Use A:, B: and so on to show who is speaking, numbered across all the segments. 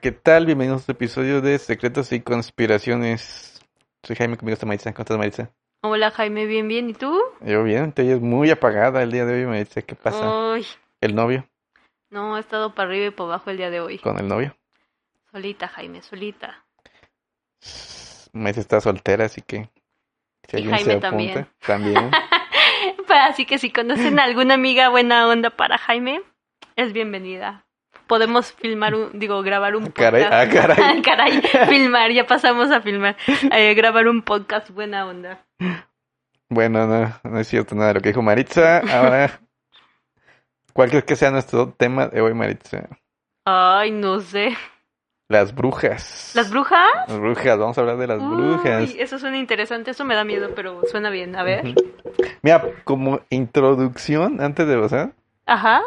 A: ¿qué tal? Bienvenidos a este episodio de Secretos y Conspiraciones. Soy Jaime, conmigo está Maritza. ¿Cómo estás, Maritza?
B: Hola Jaime, bien, bien. ¿Y tú?
A: Yo bien, te oyes muy apagada el día de hoy, Maritza. ¿Qué pasa?
B: Ay,
A: ¿El novio?
B: no, he estado para arriba y para abajo el día de hoy.
A: ¿Con el novio?
B: Solita, Jaime, solita.
A: Maritza está soltera, así que... Si
B: Y
A: alguien
B: Jaime también.
A: También.
B: Pa- Así que si conocen a alguna amiga buena onda para Jaime, es bienvenida. Podemos filmar un, digo, grabar un
A: Caray,
B: podcast.
A: ah, caray.
B: Caray, filmar, ya pasamos a filmar. Eh, grabar un podcast buena onda.
A: Bueno, no, no es cierto nada de lo que dijo Maritza. Ahora, ¿cuál crees que sea nuestro tema de hoy, Maritza?
B: Ay, no sé.
A: Las brujas.
B: ¿Las brujas?
A: Las brujas, vamos a hablar de las brujas.
B: Uy, eso suena interesante, eso me da miedo, pero suena bien. A ver.
A: Ujú. Mira, como introducción, antes de pasar,
B: Ajá.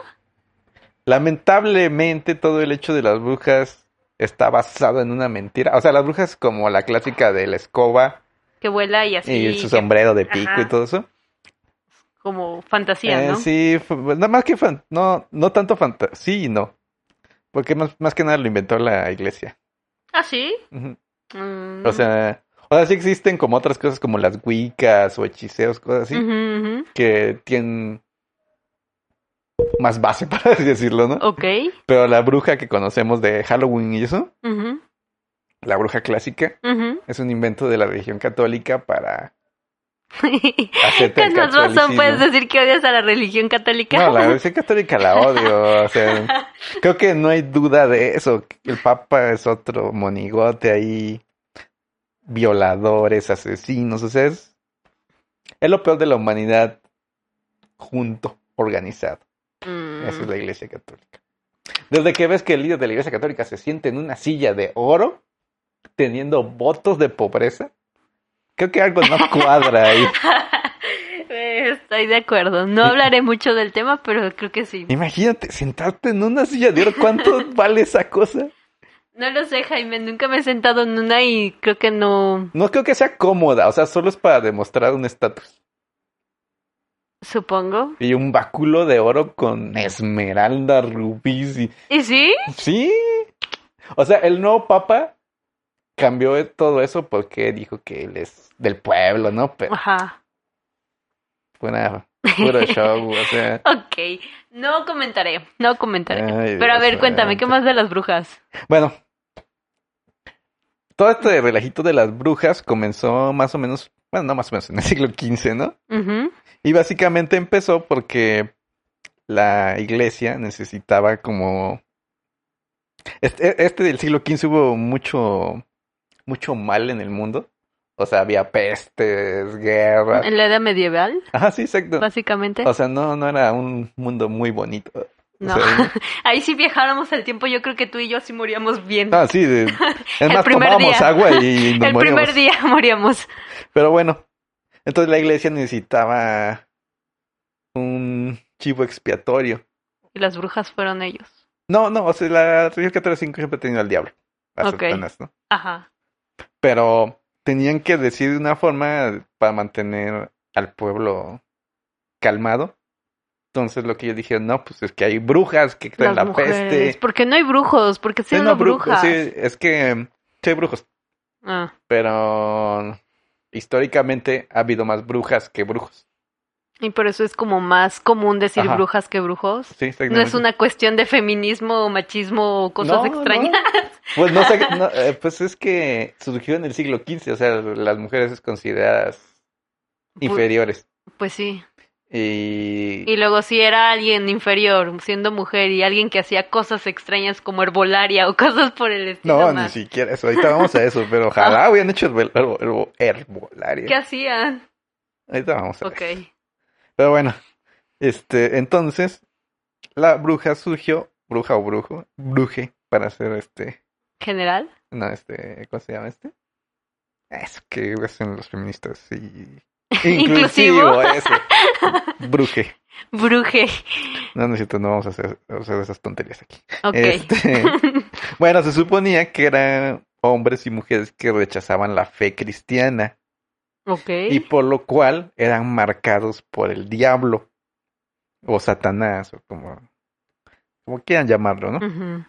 A: lamentablemente todo el hecho de las brujas está basado en una mentira. O sea, las brujas como la clásica de la escoba
B: Que vuela y así.
A: y su
B: que-
A: sombrero de pico y
B: Ajá.
A: todo eso.
B: Como fantasía,
A: Eh,
B: ¿no?
A: sí, fu- nada más que fan- no, no tanto fantasía, no. Porque más, más que nada lo inventó la iglesia.
B: ¿Ah, sí?
A: Ujú.
B: Mm.
A: O sea, o sea, sí existen como otras cosas como las wiccas o hechiceos, cosas así,
B: Ujú, ujú.
A: que tienen más base, para así decirlo, ¿no?
B: Ok.
A: Pero la bruja que conocemos de Halloween y eso,
B: Ujú,
A: la bruja clásica,
B: ujú.
A: es un invento de la religión católica para hacerte
B: Con
A: el
B: más razón
A: catolicismo.
B: puedes decir que odias a la religión católica.
A: No, la religión católica la odio. O sea, creo que no hay duda de eso. El Papa es otro monigote ahí. Violadores, asesinos. O sea, es, es lo peor de la humanidad junto, organizado.
B: Mm.
A: Esa es la Iglesia Católica. Desde que ves que el líder de la Iglesia Católica se siente en una silla de oro, teniendo votos de pobreza, creo que algo no cuadra ahí.
B: Eh, Estoy de acuerdo. No hablaré mucho del tema, pero creo que sí.
A: Imagínate, sentarte en una silla de oro, ¿cuánto vale esa cosa?
B: No lo sé, Jaime. Nunca me he sentado en una y creo que no.
A: No creo que sea cómoda, o sea, solo es para demostrar un estatus.
B: Supongo.
A: Y un báculo de oro con esmeralda, rubíes y...
B: ¿Y sí?
A: Sí. O sea, el nuevo papa cambió todo eso porque dijo que él es del pueblo, ¿no? Pero
B: Ajá.
A: fue una- puro show, o sea...
B: Ok. No comentaré. No comentaré.
A: Ay,
B: Pero a
A: Dios
B: ver, cuéntame, ¿qué
A: santo.
B: más de las brujas?
A: Bueno, todo este relajito de las brujas comenzó más o menos, bueno, no más o menos, en el siglo XV, ¿no?
B: Ujú,
A: Y básicamente empezó porque la iglesia necesitaba como... Este, este del siglo XV hubo mucho, mucho mal en el mundo. O sea, había pestes, guerras.
B: En la edad medieval,
A: Ajá, sí, exacto.
B: básicamente.
A: O sea, no, no era un mundo muy bonito. O
B: No.
A: sea,
B: Ahí si viajáramos el tiempo, yo creo que tú y yo sí moríamos bien.
A: no, sí. de- es más,
B: primer
A: tomábamos
B: día.
A: agua y Ah, nos
B: el
A: moríamos.
B: primer día moríamos.
A: Pero bueno, entonces la iglesia necesitaba un chivo expiatorio.
B: Y las brujas fueron ellos.
A: No, no, o sea, la religión católica siempre ha tenido al diablo, a
B: Ok.
A: Satanás, ¿no?
B: Ajá.
A: Pero tenían que decir de una forma para mantener al pueblo calmado. Entonces lo que ellos dijeron, no, pues es que hay brujas que traen
B: Las
A: la
B: mujeres.
A: peste.
B: ¿Por qué no hay brujos? ¿Por qué
A: Sí,
B: son
A: no,
B: las
A: bru-
B: brujas?
A: sí, es que mm, sí hay brujos,
B: Ah,
A: pero históricamente ha habido más brujas que brujos.
B: y por eso es como más común decir
A: Ajá.
B: brujas que brujos.
A: Sí,
B: No es
A: exactamente.
B: una cuestión de feminismo o machismo o cosas
A: No,
B: extrañas.
A: no. Pues no sé, no, eh, pues es que surgió en el siglo XV, o sea, las mujeres es consideradas
B: Pu-
A: inferiores.
B: Pues sí.
A: Y,
B: Y luego si era alguien inferior, siendo mujer y alguien que hacía cosas extrañas como herbolaria o cosas por el estilo.
A: no, ni
B: más.
A: siquiera eso. Ahorita vamos a eso, pero ojalá hubieran hecho herbol- herbo- herbo- herbolaria.
B: ¿Qué hacían?
A: Ahorita vamos a ver.
B: Ok.
A: Pero bueno, este, entonces, la bruja surgió, bruja o brujo, bruje, para hacer este,
B: ¿General?
A: no, este, ¿cómo se llama este? Eso que hacen los feministas y... Inclusivo, eso. Bruje.
B: Bruje.
A: No, no es cierto, no vamos a hacer, a hacer esas tonterías aquí.
B: Ok.
A: Este, bueno, se suponía que eran hombres y mujeres que rechazaban la fe cristiana
B: ok.
A: y por lo cual eran marcados por el diablo o Satanás o como, como quieran llamarlo, ¿no?
B: Ujú.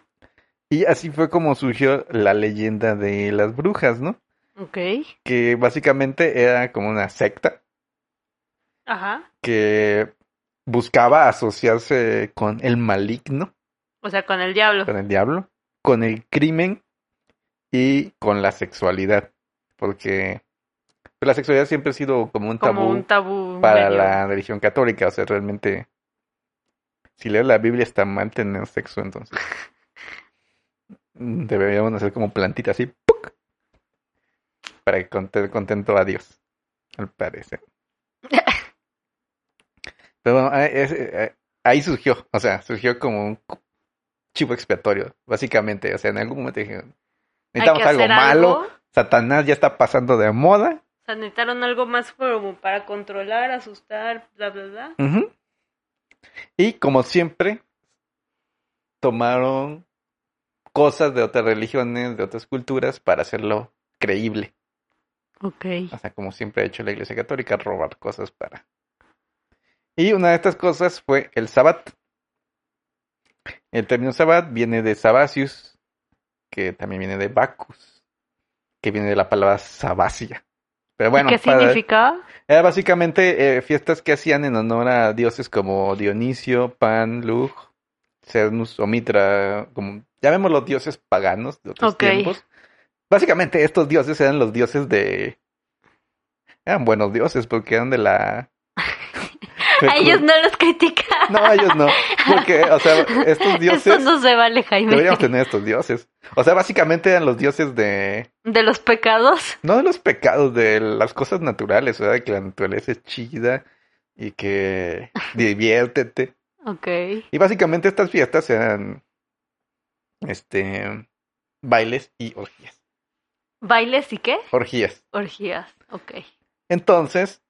A: Y así fue como surgió la leyenda de las brujas, ¿no?
B: Ok.
A: Que básicamente era como una secta
B: Ajá.
A: que buscaba asociarse con el maligno,
B: O sea, con el diablo.
A: con el diablo, con el crimen y con la sexualidad. Porque pues, la sexualidad siempre ha sido como un tabú
B: Como un tabú.
A: para
B: medio-
A: la religión católica. O sea, realmente, si lees la Biblia está mal tener sexo, entonces mm, deberíamos hacer como plantita así, ¡puc! para que conte- contento a Dios, al parecer. Pero bueno, ah, es- eh, ahí surgió, o sea, surgió como un cu- chivo expiatorio, básicamente. O sea, en algún momento dijeron,
B: Hay
A: necesitamos
B: que
A: algo
B: hacer
A: malo,
B: algo.
A: Satanás ya está pasando de moda,
B: O sea, necesitaron algo más como para controlar, asustar, bla, bla, bla.
A: Ujú. Y como siempre, tomaron cosas de otras religiones, de otras culturas, para hacerlo creíble.
B: Ok.
A: O sea, como siempre ha hecho la Iglesia Católica, robar cosas para. Y una de estas cosas fue el sabbat. El término sabbat viene de sabasius, que también viene de bacchus, que viene de la palabra sabacia. Pero bueno,
B: ¿Qué
A: para-
B: significa?
A: era básicamente eh, fiestas que hacían en honor a dioses como Dionisio, Pan, Lug, Cernus o Mitra, como llamémoslos dioses paganos de otros
B: Ok.
A: tiempos. Básicamente estos dioses eran los dioses de... Eran buenos dioses porque eran de la...
B: A ellos no los critica.
A: No, a ellos no. Porque, o sea, estos
B: Eso
A: dioses...
B: no se vale, Jaime.
A: Deberíamos tener estos dioses. O sea, básicamente eran los dioses de...
B: De los pecados.
A: No de los pecados, de las cosas naturales, ¿verdad? De que la naturaleza es chida y que diviértete.
B: Ok.
A: Y básicamente estas fiestas eran este bailes y orgías.
B: ¿Bailes y qué?
A: Orgías.
B: Orgías. Ok.
A: Entonces,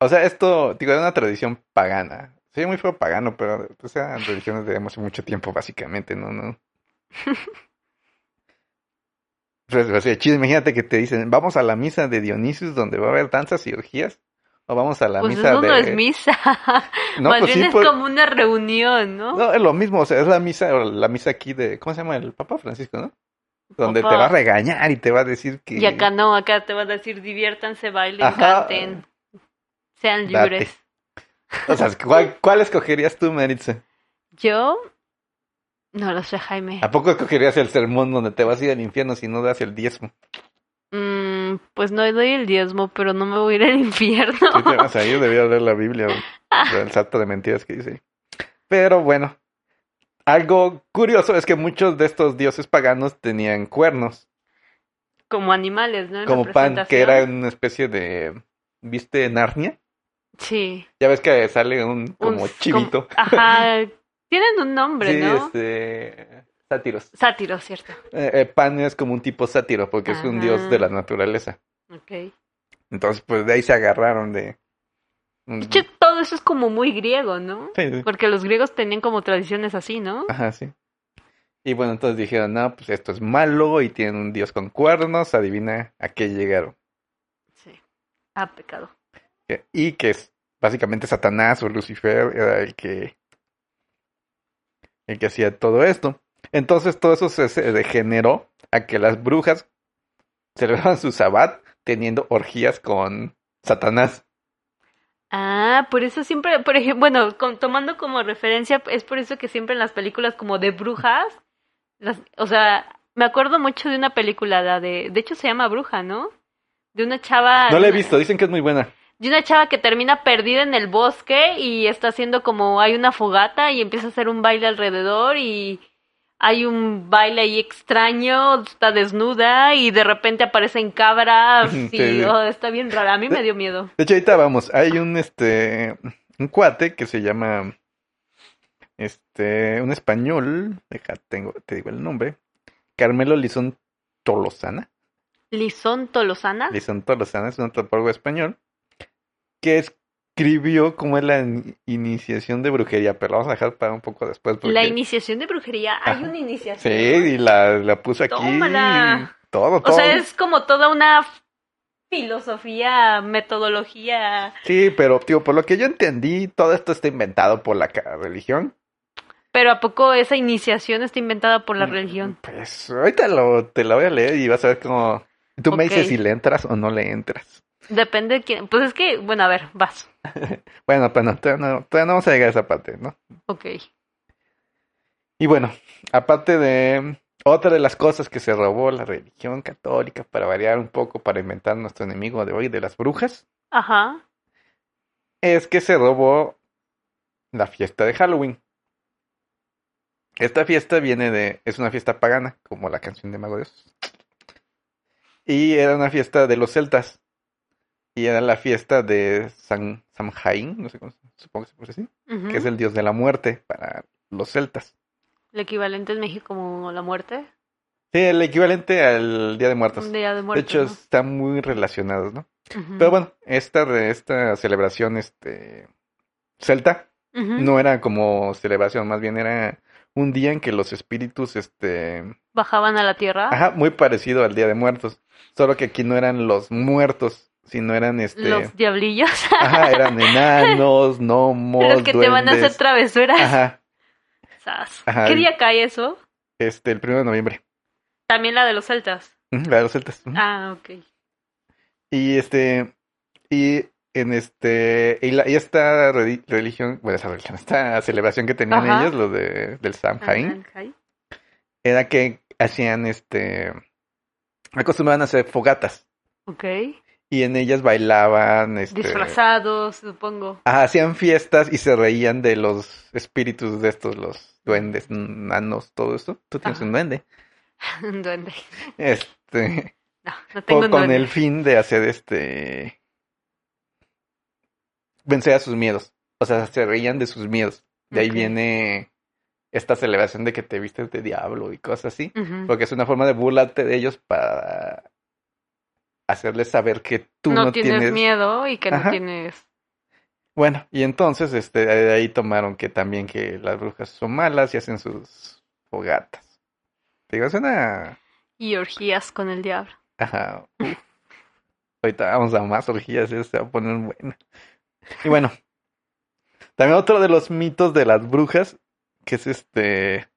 A: o sea, esto, digo, era una tradición pagana. Soy muy feo pagano, pero pues, eran religiones de hace mucho tiempo, básicamente, ¿no? no. Pues, pues, sí, chido, imagínate que te dicen, vamos a la misa de Dionisius donde va a haber danzas y orgías, o vamos a la
B: Pues
A: misa
B: eso
A: de...
B: no es misa.
A: No,
B: Más
A: pues
B: bien
A: sí,
B: es
A: pues-
B: como una reunión, ¿no?
A: No, es lo mismo, o sea, es la misa, o la misa aquí de, ¿cómo se llama? El Papa Francisco, ¿no? Donde
B: Papá.
A: te va a regañar y te va a decir que...
B: Y acá no, acá te van a decir diviértanse, bailen,
A: Ajá.
B: canten, sean
A: Date.
B: libres.
A: O sea, ¿cuál, cuál escogerías tú, Maritza?
B: Yo no lo sé, Jaime.
A: ¿A poco escogerías el sermón donde te vas a ir al infierno si no das el diezmo?
B: Mm, pues no doy el diezmo, pero no me voy a ir al infierno.
A: Si te vas a ir, debías leer la Biblia, o el salto de mentiras que dice. Pero bueno, algo curioso es que muchos de estos dioses paganos tenían cuernos,
B: Como animales, ¿no? En la
A: como pan, que
B: presentación.
A: era una especie de... ¿Viste Narnia?
B: Sí.
A: Ya ves que sale un
B: un-
A: como chivito.
B: como- ajá. Tienen un nombre,
A: Sí,
B: ¿no?
A: este. Sátiros.
B: Sátiro, ¿cierto?
A: Eh, eh, Pan es como un tipo sátiro porque es un dios
B: Ajá.
A: de la naturaleza.
B: Ok.
A: Entonces, pues de ahí se agarraron de.
B: De hecho, todo eso es como muy griego, ¿no?
A: Sí, sí.
B: Porque los griegos tenían como tradiciones así, ¿no?
A: Ajá, sí. Y bueno, entonces dijeron, no, pues esto es malo y tienen un dios con cuernos, adivina a qué llegaron.
B: Sí. Ah, pecado.
A: Que- Y que es básicamente Satanás o Lucifer era el que. el que hacía todo esto. Entonces todo eso se, se degeneró a que las brujas celebraban su sabbat teniendo orgías con Satanás.
B: Ah, por eso siempre, por ejemplo, bueno, con- tomando como referencia, es por eso que siempre en las películas como de brujas, las- o sea, me acuerdo mucho de una película, la de, de hecho se llama Bruja, ¿no? De una chava,
A: No la he
B: una-
A: visto, dicen que es muy buena.
B: de una chava que termina perdida en el bosque y está haciendo como, hay una fogata y empieza a hacer un baile alrededor y hay un baile ahí extraño, está desnuda y de repente aparecen cabras
A: Sí,
B: y
A: sí.
B: oh, está bien rara, a mí me dio miedo.
A: De hecho, ahorita vamos, hay un este un cuate que se llama este un español, deja, tengo, te digo el nombre, Carmelo Lizón Tolosana.
B: Lizón Tolosana.
A: Lizón Tolosana es un antropólogo español que escribió cómo es la in- iniciación de brujería, pero la vamos a dejar para un poco después
B: La
A: porque
B: iniciación de brujería, hay
A: Ajá.
B: una
A: sí,
B: iniciación.
A: y la, la puse aquí
B: Tómala.
A: todo,
B: o
A: todo.
B: sea, es como toda una filosofía, metodología,
A: Sí, pero tío, por lo que yo entendí, todo esto está inventado por la ca- religión.
B: Pero ¿a poco esa iniciación está inventada por la
A: Mm.
B: religión?
A: Pues ahorita lo, te la voy a leer y vas a ver cómo... Tú me
B: Ok.
A: dices si le entras o no le entras.
B: Depende de quién. Pues es que, bueno, a ver, vas.
A: Bueno, pues no, todavía no, todavía no vamos a llegar a esa parte, ¿no?
B: Ok.
A: Y bueno, aparte de otra de las cosas que se robó la religión católica para variar un poco, para inventar nuestro enemigo de hoy, de las brujas,
B: Ajá.
A: es que se robó la fiesta de Halloween. Esta fiesta viene de, es una fiesta pagana, como la canción de Mago de Oz. Y era una fiesta de los celtas. Y era la fiesta de San Samhain, no sé cómo, se- supongo que se pronuncia así,
B: Ujú.
A: que es el dios de la muerte para los celtas.
B: El equivalente en México como la muerte.
A: Sí, el equivalente al Día de Muertos.
B: Un día de
A: De
B: muerte.
A: hecho, están muy relacionados, ¿no?
B: ¿no? Ujú.
A: Pero bueno, esta, re- esta celebración este, celta
B: Ujú.
A: no era como celebración, más bien era un día en que los espíritus, este,
B: Bajaban a la tierra.
A: ajá, muy parecido al Día de Muertos, solo que aquí no eran los muertos, sino eran, este,
B: Los diablillos.
A: ajá, eran enanos, gnomos,
B: los que te van a hacer
A: duendes,
B: travesuras.
A: ajá,
B: Sas.
A: Ajá.
B: ¿Qué día cae eso?
A: este, el primero de noviembre,
B: También la de los celtas.
A: Ujú, la de los celtas. ujú.
B: Ah, ok.
A: Y este, y en este, y, la- y esta reli- religión, bueno, esa religión, esta celebración que tenían
B: Ajá.
A: ellos, los de, del Samhain,
B: Ajá.
A: era que hacían este, acostumbraban a hacer fogatas
B: Ok.
A: y en ellas bailaban, este,
B: Disfrazados, supongo.
A: ajá, hacían fiestas y se reían de los espíritus de estos, los duendes, nanos, todo esto. Tú tienes
B: Ajá.
A: un duende.
B: Un duende.
A: Este,
B: No, no
A: po-
B: tengo un
A: con
B: duende.
A: el fin de hacer este, vencer a sus miedos. O sea, se reían de sus miedos. De ahí
B: Ok.
A: viene esta celebración de que te vistes de diablo y cosas así.
B: Ujú.
A: Porque es una forma de burlarte de ellos para hacerles saber que tú
B: no,
A: no,
B: tienes, miedo y que
A: Ajá.
B: no tienes.
A: Bueno, y entonces este, de ahí tomaron que también que las brujas son malas y hacen sus fogatas. Digo, es una...
B: Y orgías con el diablo.
A: Ajá. uf. Ahorita vamos a más orgías, eso se va a poner bueno. Y bueno, también otro de los mitos de las brujas, que es este...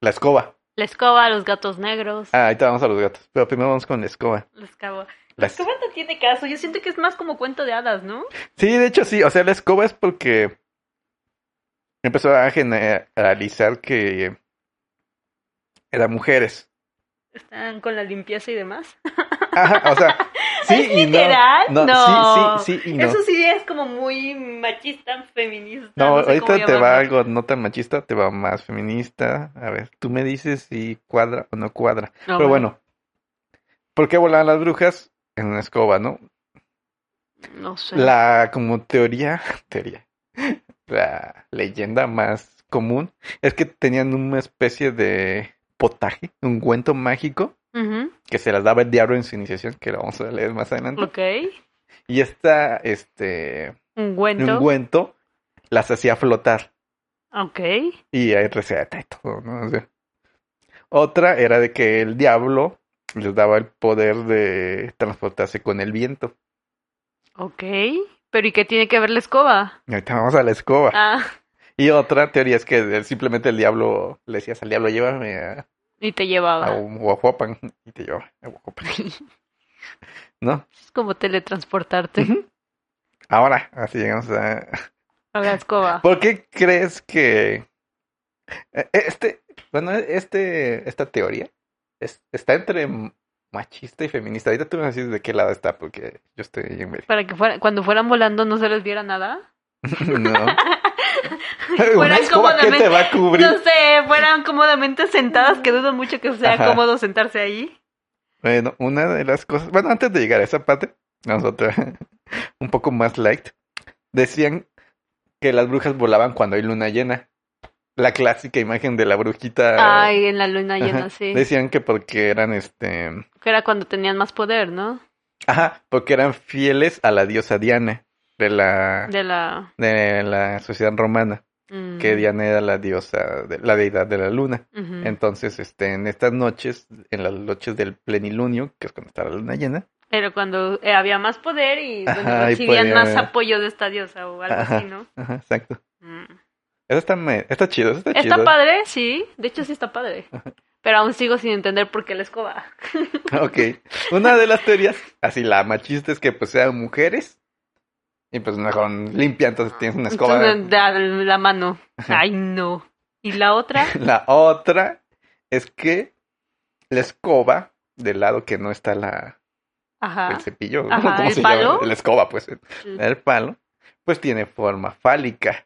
A: La escoba.
B: La escoba, los gatos negros.
A: Ah, ahorita vamos a los gatos, pero primero vamos con la escoba.
B: La escoba. La
A: Las-
B: escoba no tiene caso. Yo siento que es más como cuento de hadas, ¿no?
A: Sí, de hecho sí, o sea, la escoba es porque empezó a generalizar que eran mujeres.
B: Están con la limpieza y demás.
A: Ajá, o sea, sí y no.
B: literal? No.
A: Sí, sí, sí y no.
B: Eso sí es como muy machista, feminista.
A: No,
B: sé cómo
A: ahorita te va
B: llamarlo.
A: algo no tan machista, te va más feminista. A ver, tú me dices si cuadra o no cuadra.
B: No,
A: Pero bueno, ¿por qué volaban las brujas en una escoba, no?
B: No sé.
A: La como teoría, teoría, la leyenda más común es que tenían una especie de potaje, ungüento mágico
B: Ujú.
A: que se las daba el diablo en su iniciación, que lo vamos a leer más adelante.
B: Ok.
A: Y esta, este,
B: Ungüento.
A: ungüento las hacía flotar
B: Ok.
A: y hay receta y todo, ¿no? O sea, otra era de que el diablo les daba el poder de transportarse con el viento.
B: Ok. Pero ¿y qué tiene que ver la escoba?
A: Y ahorita vamos a la escoba.
B: Ah,
A: Y otra teoría es que el- simplemente el diablo le decías al diablo, llévame a,
B: y te llevaba.
A: a Huajuapan", y te llevaba a Huajuapan, ¿no?
B: Es como teletransportarte
A: Ujú. Ahora, así llegamos a...
B: a la escoba.
A: ¿Por qué crees que eh, este, bueno, este, esta teoría es- está entre machista y feminista? Ahorita tú me decís de qué lado está, porque yo estoy en medio.
B: Para que fuera, cuando fueran volando no se les viera nada.
A: No. Una
B: Fueran
A: escoba que te
B: cómodamente-
A: va a cubrir.
B: No sé, fueran cómodamente sentadas, que dudo mucho que sea
A: Ajá.
B: cómodo sentarse ahí.
A: Bueno, una de las cosas, bueno, antes de llegar a esa parte, vamos a otra, un poco más light. Decían que las brujas volaban cuando hay luna llena. La clásica imagen de la brujita.
B: Ay, en la luna llena,
A: Ah. Ajá.
B: sí.
A: Decían que porque eran este,
B: Que era cuando tenían más poder, ¿no?
A: ajá, porque eran fieles a la diosa Diana de la
B: De la...
A: de la sociedad romana,
B: mm,
A: que Diana era la diosa de la deidad de la luna.
B: ujú.
A: Entonces, este, en estas noches, en las noches del plenilunio, que es cuando está la luna llena,
B: Pero cuando eh, había más poder y bueno,
A: Ajá, y
B: recibían
A: podía-
B: más apoyo de esta diosa o algo
A: Ajá.
B: así, ¿no?
A: ajá, exacto.
B: Mm.
A: Eso está, me- está chido, eso está,
B: Está
A: chido.
B: padre, sí. De hecho, sí está padre. Pero aún sigo sin entender por qué la escoba.
A: Ok. Una de las teorías, así la machista, es que pues sean mujeres. Y pues mejor limpia, entonces tienes una escoba.
B: Entonces, da la mano. Ay, no. Y la otra,
A: La otra es que la escoba, del lado que no está la,
B: ajá.
A: el cepillo, ¿no?
B: Ah. Ajá,
A: ¿cómo
B: ¿el
A: se
B: palo?
A: llama? La escoba, pues, el palo, pues tiene forma fálica.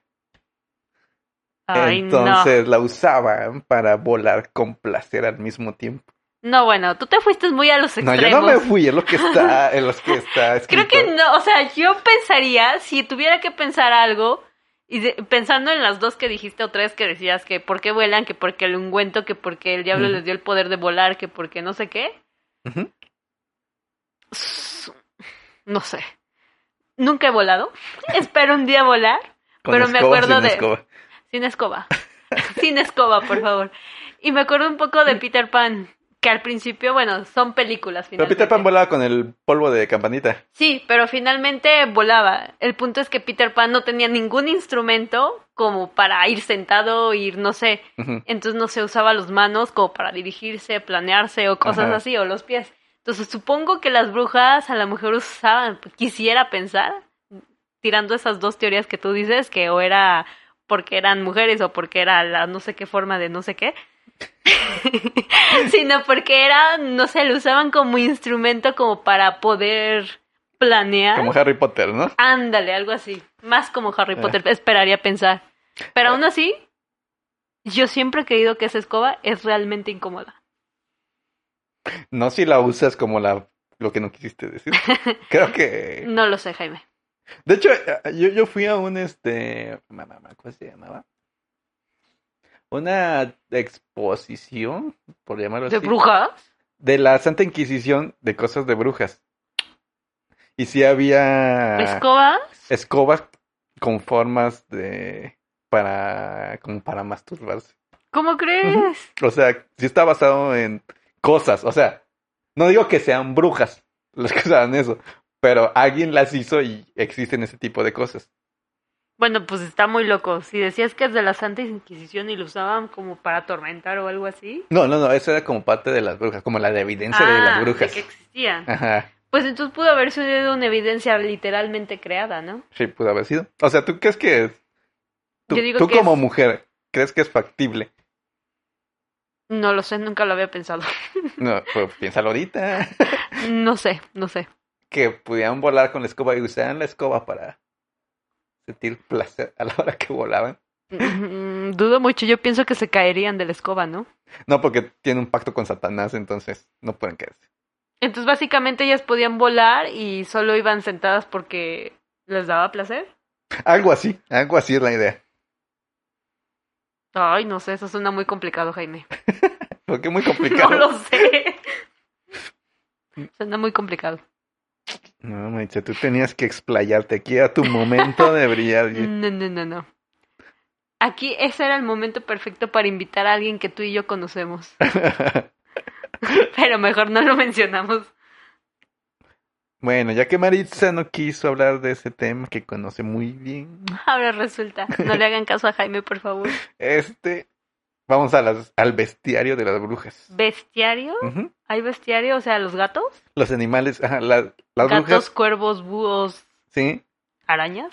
B: Ay,
A: Entonces la usaban para volar con placer al mismo tiempo.
B: no. No, bueno, tú te fuiste muy a los
A: No,
B: extremos.
A: yo no me fui, es lo que está, en los que está
B: Creo
A: escrito.
B: que no, o sea, yo pensaría, si tuviera que pensar algo, y de- pensando en las dos que dijiste o tres que decías que por qué vuelan, que porque el ungüento, que porque el diablo
A: Ujú.
B: les dio el poder de volar, que porque no sé qué,
A: Ujú.
B: s- no sé. Nunca he volado, espero un día volar,
A: Con
B: pero me
A: escoba,
B: acuerdo
A: sin
B: de-
A: escoba.
B: sin escoba, sin escoba, por favor. Y me acuerdo un poco de Peter Pan, que al principio, bueno, son películas.
A: Pero Peter
B: finalmente.
A: Pan volaba con el polvo de campanita.
B: Sí, pero finalmente volaba. El punto es que Peter Pan no tenía ningún instrumento como para ir sentado, ir no sé.
A: Ujú.
B: Entonces no se usaba los manos como para dirigirse, planearse o cosas
A: Ajá.
B: así, o los pies. Entonces supongo que las brujas a lo mejor usaban, pues, quisiera pensar, tirando esas dos teorías que tú dices, que o era porque eran mujeres o porque era la no sé qué forma de no sé qué, sino porque era, no sé, lo usaban como instrumento como para poder planear.
A: Como Harry Potter, ¿no?
B: Ándale, algo así. Más como Harry
A: Ah.
B: Potter, esperaría pensar. Pero
A: Eh.
B: aún así, yo siempre he creído que esa escoba es realmente incómoda.
A: No si la usas como la lo que no quisiste decir. Creo que
B: No lo sé, Jaime.
A: De hecho, eh, yo, yo fui a un este. ma- ma- ma- ¿Cómo se llamaba? Una exposición, por llamarlo
B: ¿De
A: así,
B: brujas?
A: de la Santa Inquisición de cosas de brujas. Y sí había
B: ¿Escoba?
A: escobas con formas de. para. como para masturbarse.
B: ¿Cómo crees?
A: O sea, sí está basado en cosas. O sea, no digo que sean brujas las que usaban eso, pero alguien las hizo y existen ese tipo de cosas.
B: Bueno, pues está muy loco. Si decías que es de la Santa Inquisición y lo usaban como para atormentar o algo así.
A: No, no, no, eso era como parte de las brujas, como la de evidencia de
B: Ah,
A: las brujas. Ah.
B: que existían.
A: Ajá,
B: Pues entonces pudo haber sido una evidencia literalmente creada, ¿no?
A: sí, pudo haber sido. O sea, ¿tú crees que tú,
B: Yo digo
A: tú
B: que
A: como
B: es-
A: mujer crees que es factible?
B: No lo sé, nunca lo había pensado.
A: No, pues piénsalo ahorita.
B: No sé, no sé.
A: Que pudieran volar con la escoba y usaran la escoba para sentir placer a la hora que volaban.
B: Mm, Dudo mucho, yo pienso que se caerían de la escoba, ¿no?
A: No, porque tiene un pacto con Satanás, entonces no pueden quedarse.
B: Entonces básicamente ellas podían volar y solo iban sentadas porque les daba placer.
A: Algo así, algo así es la idea.
B: Ay, no sé, eso suena muy complicado, Jaime.
A: Porque es muy
B: No
A: complicado.
B: lo sé. Suena muy complicado.
A: No, manches, tú tenías que explayarte. Aquí era tu momento de brillar. y-
B: No, no, no, no. Aquí ese era el momento perfecto para invitar a alguien que tú y yo conocemos. Pero mejor no lo mencionamos.
A: Bueno, ya que Maritza no quiso hablar de ese tema que conoce muy bien,
B: Ahora resulta. No le hagan caso a Jaime, por favor.
A: este, vamos a las, al bestiario de las brujas.
B: ¿Bestiario?
A: Ujú.
B: ¿Hay bestiario? O sea, los gatos.
A: Los animales, ajá, la- las
B: Gatos,
A: brujas,
B: cuervos, búhos,
A: sí.
B: arañas.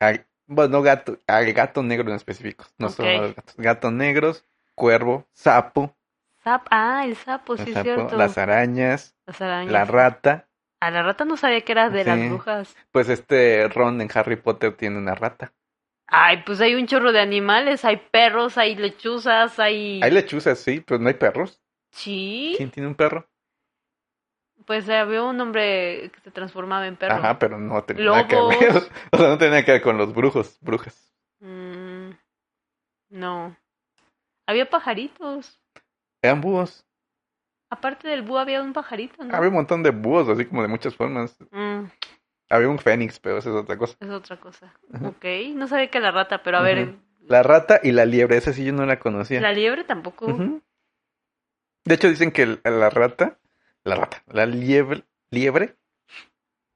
A: al- bueno, no gato, al gato negro en específico, no
B: Ok.
A: solo a los gatos. Gatos negros, cuervo, sapo,
B: Sap, ah, el sapo,
A: el
B: sí es
A: sapo,
B: cierto.
A: las arañas,
B: Las arañas.
A: la rata.
B: A la rata no sabía que era de las
A: Sí.
B: brujas.
A: Pues este Ron en Harry Potter tiene una rata.
B: Ay, pues hay un chorro de animales, hay perros, hay lechuzas, hay...
A: Hay lechuzas, sí, pero no hay perros.
B: Sí,
A: ¿Quién tiene un perro?
B: pues había un hombre que se transformaba en perro.
A: Ajá, pero no tenía nada que
B: Lobos.
A: ver. O sea, no tenía nada que ver con los brujos, brujas.
B: Mm, no. Había pajaritos.
A: Eran búhos.
B: Aparte del búho había un pajarito, ¿no?
A: Había un montón de búhos, así como de muchas formas.
B: Mm,
A: Había un fénix, pero esa es otra cosa.
B: es otra cosa. Ok, no sabía que la rata, pero a ver,
A: Ujú. La rata y la liebre, esa sí yo no la conocía.
B: la liebre tampoco.
A: Ujú. De hecho, dicen que el- la rata, la rata, la liebre, liebre,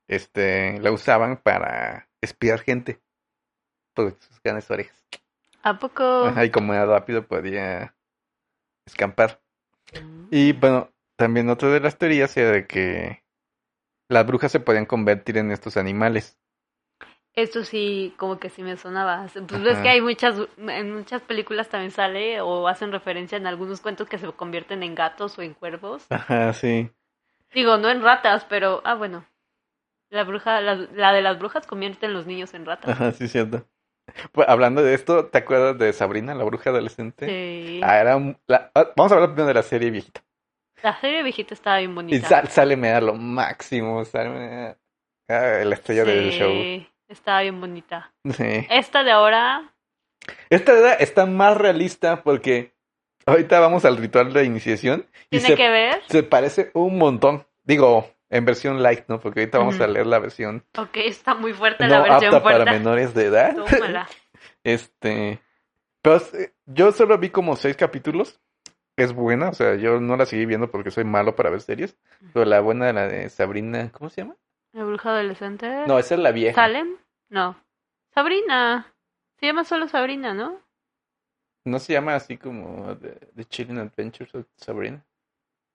A: este, la usaban para espiar gente. Por sus grandes orejas.
B: ¿A poco?
A: Ajá, y como era rápido podía escampar.
B: Mm.
A: Y bueno, también otra de las teorías era de que las brujas se podían convertir en estos animales.
B: Esto sí, como que sí me sonaba. Pues ves
A: Ajá.
B: que hay muchas, en muchas películas también sale o hacen referencia en algunos cuentos que se convierten en gatos o en cuervos.
A: Ajá, sí.
B: Digo, no en ratas, pero, ah, bueno. La bruja, la, la de las brujas convierte en los niños en ratas.
A: Ajá, sí, cierto. Pues, hablando de esto, ¿te acuerdas de Sabrina, la bruja adolescente?
B: Sí.
A: Ah, era un- la- ah, vamos a hablar primero de la serie viejita.
B: La serie viejita estaba bien
A: Y
B: bonita.
A: sal, sale me da lo máximo, sale me da- ah, la estrella del
B: Sí,
A: show.
B: Estaba bien bonita.
A: Sí.
B: Esta de ahora,
A: Esta era- está más realista porque ahorita vamos al ritual de iniciación y
B: tiene
A: se,
B: que ver.
A: se parece un montón. Digo, en versión light, ¿no? Porque ahorita vamos
B: Ujú.
A: a leer la versión
B: Ok, está muy fuerte la
A: no
B: versión
A: apta para
B: fuerte.
A: menores de edad.
B: Tómala.
A: Este, pero eh, yo solo vi como seis capítulos. Es buena, o sea, yo no la seguí viendo porque soy malo para ver series. Pero la buena, la de Sabrina, ¿cómo se llama?
B: La bruja adolescente.
A: No, esa es la vieja.
B: ¿Salem? No. Sabrina. Se llama solo Sabrina, ¿no?
A: No se llama así como The, The Chilling Adventures of Sabrina.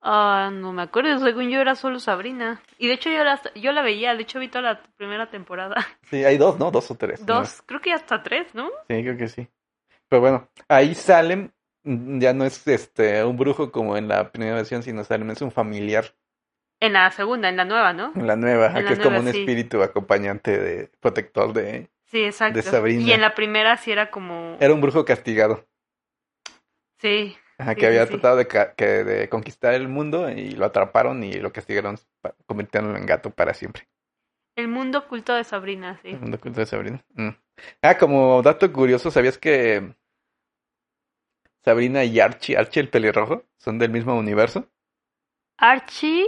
B: Ah, no me acuerdo. Según yo era solo Sabrina. Y de hecho yo la, yo la veía. De hecho vi toda la primera temporada.
A: Sí, hay dos, ¿no? Dos o tres. ¿no?
B: Dos. Creo que hasta tres, ¿no?
A: Sí, creo que sí. Pero bueno, ahí Salem mm, ya no es este un brujo como en la primera versión, sino Salem es un familiar
B: En la segunda, en la nueva, ¿no?
A: en la nueva,
B: En la
A: que es como
B: nueva,
A: un
B: sí.
A: espíritu acompañante de protector de...
B: Sí, exacto.
A: De Sabrina.
B: Y en la primera sí era como...
A: Era un brujo castigado.
B: Sí.
A: Ajá, que
B: Sí, sí,
A: había
B: sí.
A: tratado de, ca- que de conquistar el mundo y lo atraparon y lo castigaron, pa- convirtiéndolo en gato para siempre.
B: El mundo oculto de Sabrina, sí.
A: El mundo oculto de Sabrina. Mm. Ah, como dato curioso, ¿sabías que Sabrina y Archie, Archie el pelirrojo, son del mismo universo?
B: Archie.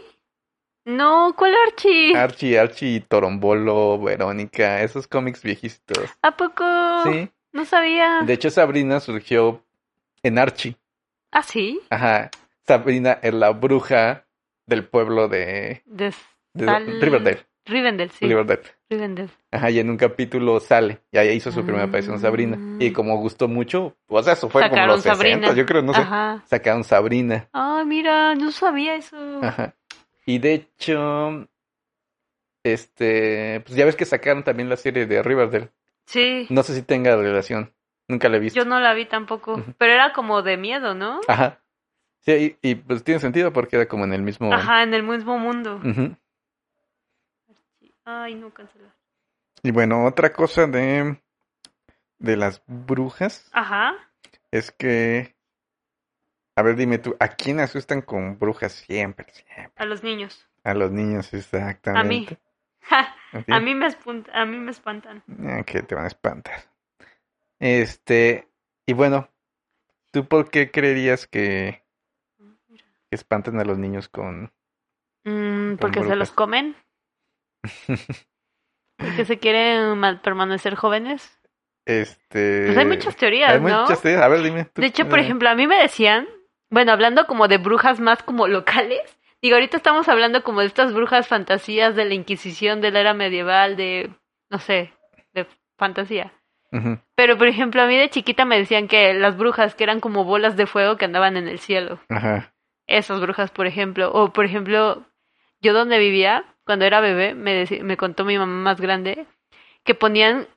B: No, ¿cuál Archie?
A: Archie, Archie, Torombolo, Verónica, esos cómics viejitos.
B: ¿A poco?
A: Sí.
B: No sabía.
A: De hecho, Sabrina surgió en Archie.
B: ¿Ah, sí?
A: Ajá. Sabrina es la bruja del pueblo de,
B: De,
A: de-
B: Sal-
A: Riverdale.
B: Rivendell, sí.
A: Riverdale.
B: Rivendell.
A: Ajá, y en un capítulo sale, y ahí hizo su primera aparición Sabrina. Y
B: Ah.
A: como gustó mucho, o sea, eso fue como
B: Sacaron
A: los 60,
B: Sabrina.
A: yo creo, no sé.
B: Ajá.
A: Sacaron Sabrina.
B: Ah, mira, no sabía eso.
A: Ajá. Y de hecho, este, pues ya ves que sacaron también la serie de Riverdale.
B: Sí,
A: No sé si tenga relación, nunca la he visto.
B: yo no la vi tampoco,
A: Ujú.
B: pero era como de miedo, ¿no?
A: Ajá. Sí, y, y, pues tiene sentido porque era como en el mismo...
B: Ajá, en el mismo mundo.
A: Ujú.
B: Ay, no, cancelar.
A: Y bueno, otra cosa de, de las brujas
B: Ajá.
A: es que... A ver, dime tú, ¿a quién asustan con brujas siempre? siempre?
B: A los niños.
A: A los niños,
B: A mí.
A: exactamente.
B: Ja,
A: A mí.
B: a mí me espun- a mí me espantan.
A: Ah, que te van a espantar. Este, y bueno, ¿tú por qué creerías que, que espantan a los niños con...
B: Mm, porque se
A: brujas.
B: los comen. Porque se quieren ma- permanecer jóvenes.
A: Este...
B: Pues hay muchas teorías,
A: hay
B: ¿no?
A: muchas teorías. A ver, dime tú.
B: De hecho, por
A: Eh,
B: ejemplo, a mí me decían, bueno, hablando como de brujas más como locales, digo, ahorita estamos hablando como de estas brujas fantasías de la Inquisición, de la era medieval, de, no sé, de fantasía.
A: ujú.
B: Pero, por ejemplo, a mí de chiquita me decían que las brujas que eran como bolas de fuego que andaban en el cielo.
A: Ajá.
B: Esas brujas, por ejemplo. O, por ejemplo, yo donde vivía, cuando era bebé, me, deci- me contó mi mamá más grande, que ponían,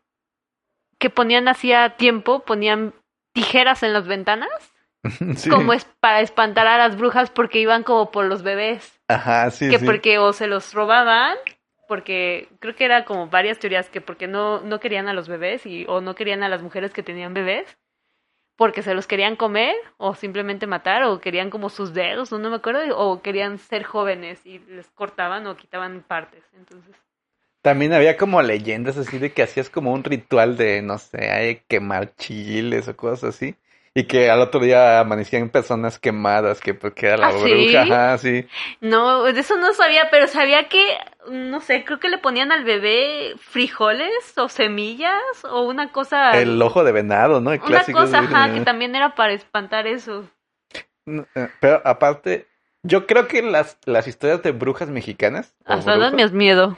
B: que ponían hacía tiempo, ponían tijeras en las ventanas
A: Sí.
B: como es para espantar a las brujas porque iban como por los bebés,
A: Ajá, sí,
B: que
A: sí.
B: porque o se los robaban, porque creo que era como varias teorías que porque no no querían a los bebés y o no querían a las mujeres que tenían bebés, porque se los querían comer o simplemente matar o querían como sus dedos, o no me acuerdo, o querían ser jóvenes y les cortaban o quitaban partes, entonces.
A: También había como leyendas así de que hacías como un ritual de, no sé, hay quemar chiles o cosas así. Y que al otro día amanecían personas quemadas, que porque era la
B: ¿Ah, sí?
A: bruja, ajá, sí.
B: No, de eso no sabía, pero sabía que, no sé, creo que le ponían al bebé frijoles o semillas o una cosa...
A: El ojo de venado, ¿no? El
B: Ah, Una
A: clásico.
B: cosa,
A: de-
B: ajá, que también era para espantar eso.
A: No, eh, Pero aparte, yo creo que las, las historias de brujas mexicanas. o
B: Hasta dan
A: brujos-
B: mis miedo.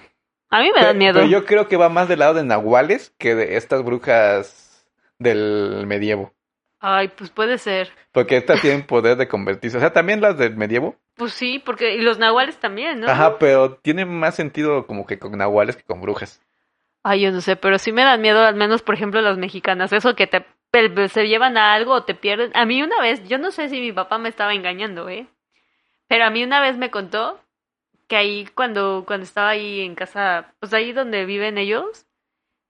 B: A mí me
A: Pe-
B: dan miedo.
A: Pero yo creo que va más del lado de nahuales que de estas brujas del medievo.
B: Ay, pues puede ser.
A: Porque estas tienen poder de convertirse. O sea, también las del medievo.
B: Pues sí, porque y los nahuales también, ¿no?
A: Ajá, pero tiene más sentido como que con nahuales que con brujas.
B: Ay, yo no sé, pero sí me dan miedo, al menos por ejemplo las mexicanas, eso que te pe- se llevan a algo o te pierden. A mí una vez, yo no sé si mi papá me estaba engañando, ¿eh? Pero a mí una vez me contó que ahí cuando cuando estaba ahí en casa, pues ahí donde viven ellos,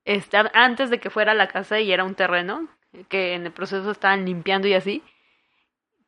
B: este, antes de que fuera la casa y era un terreno que en el proceso estaban limpiando y así,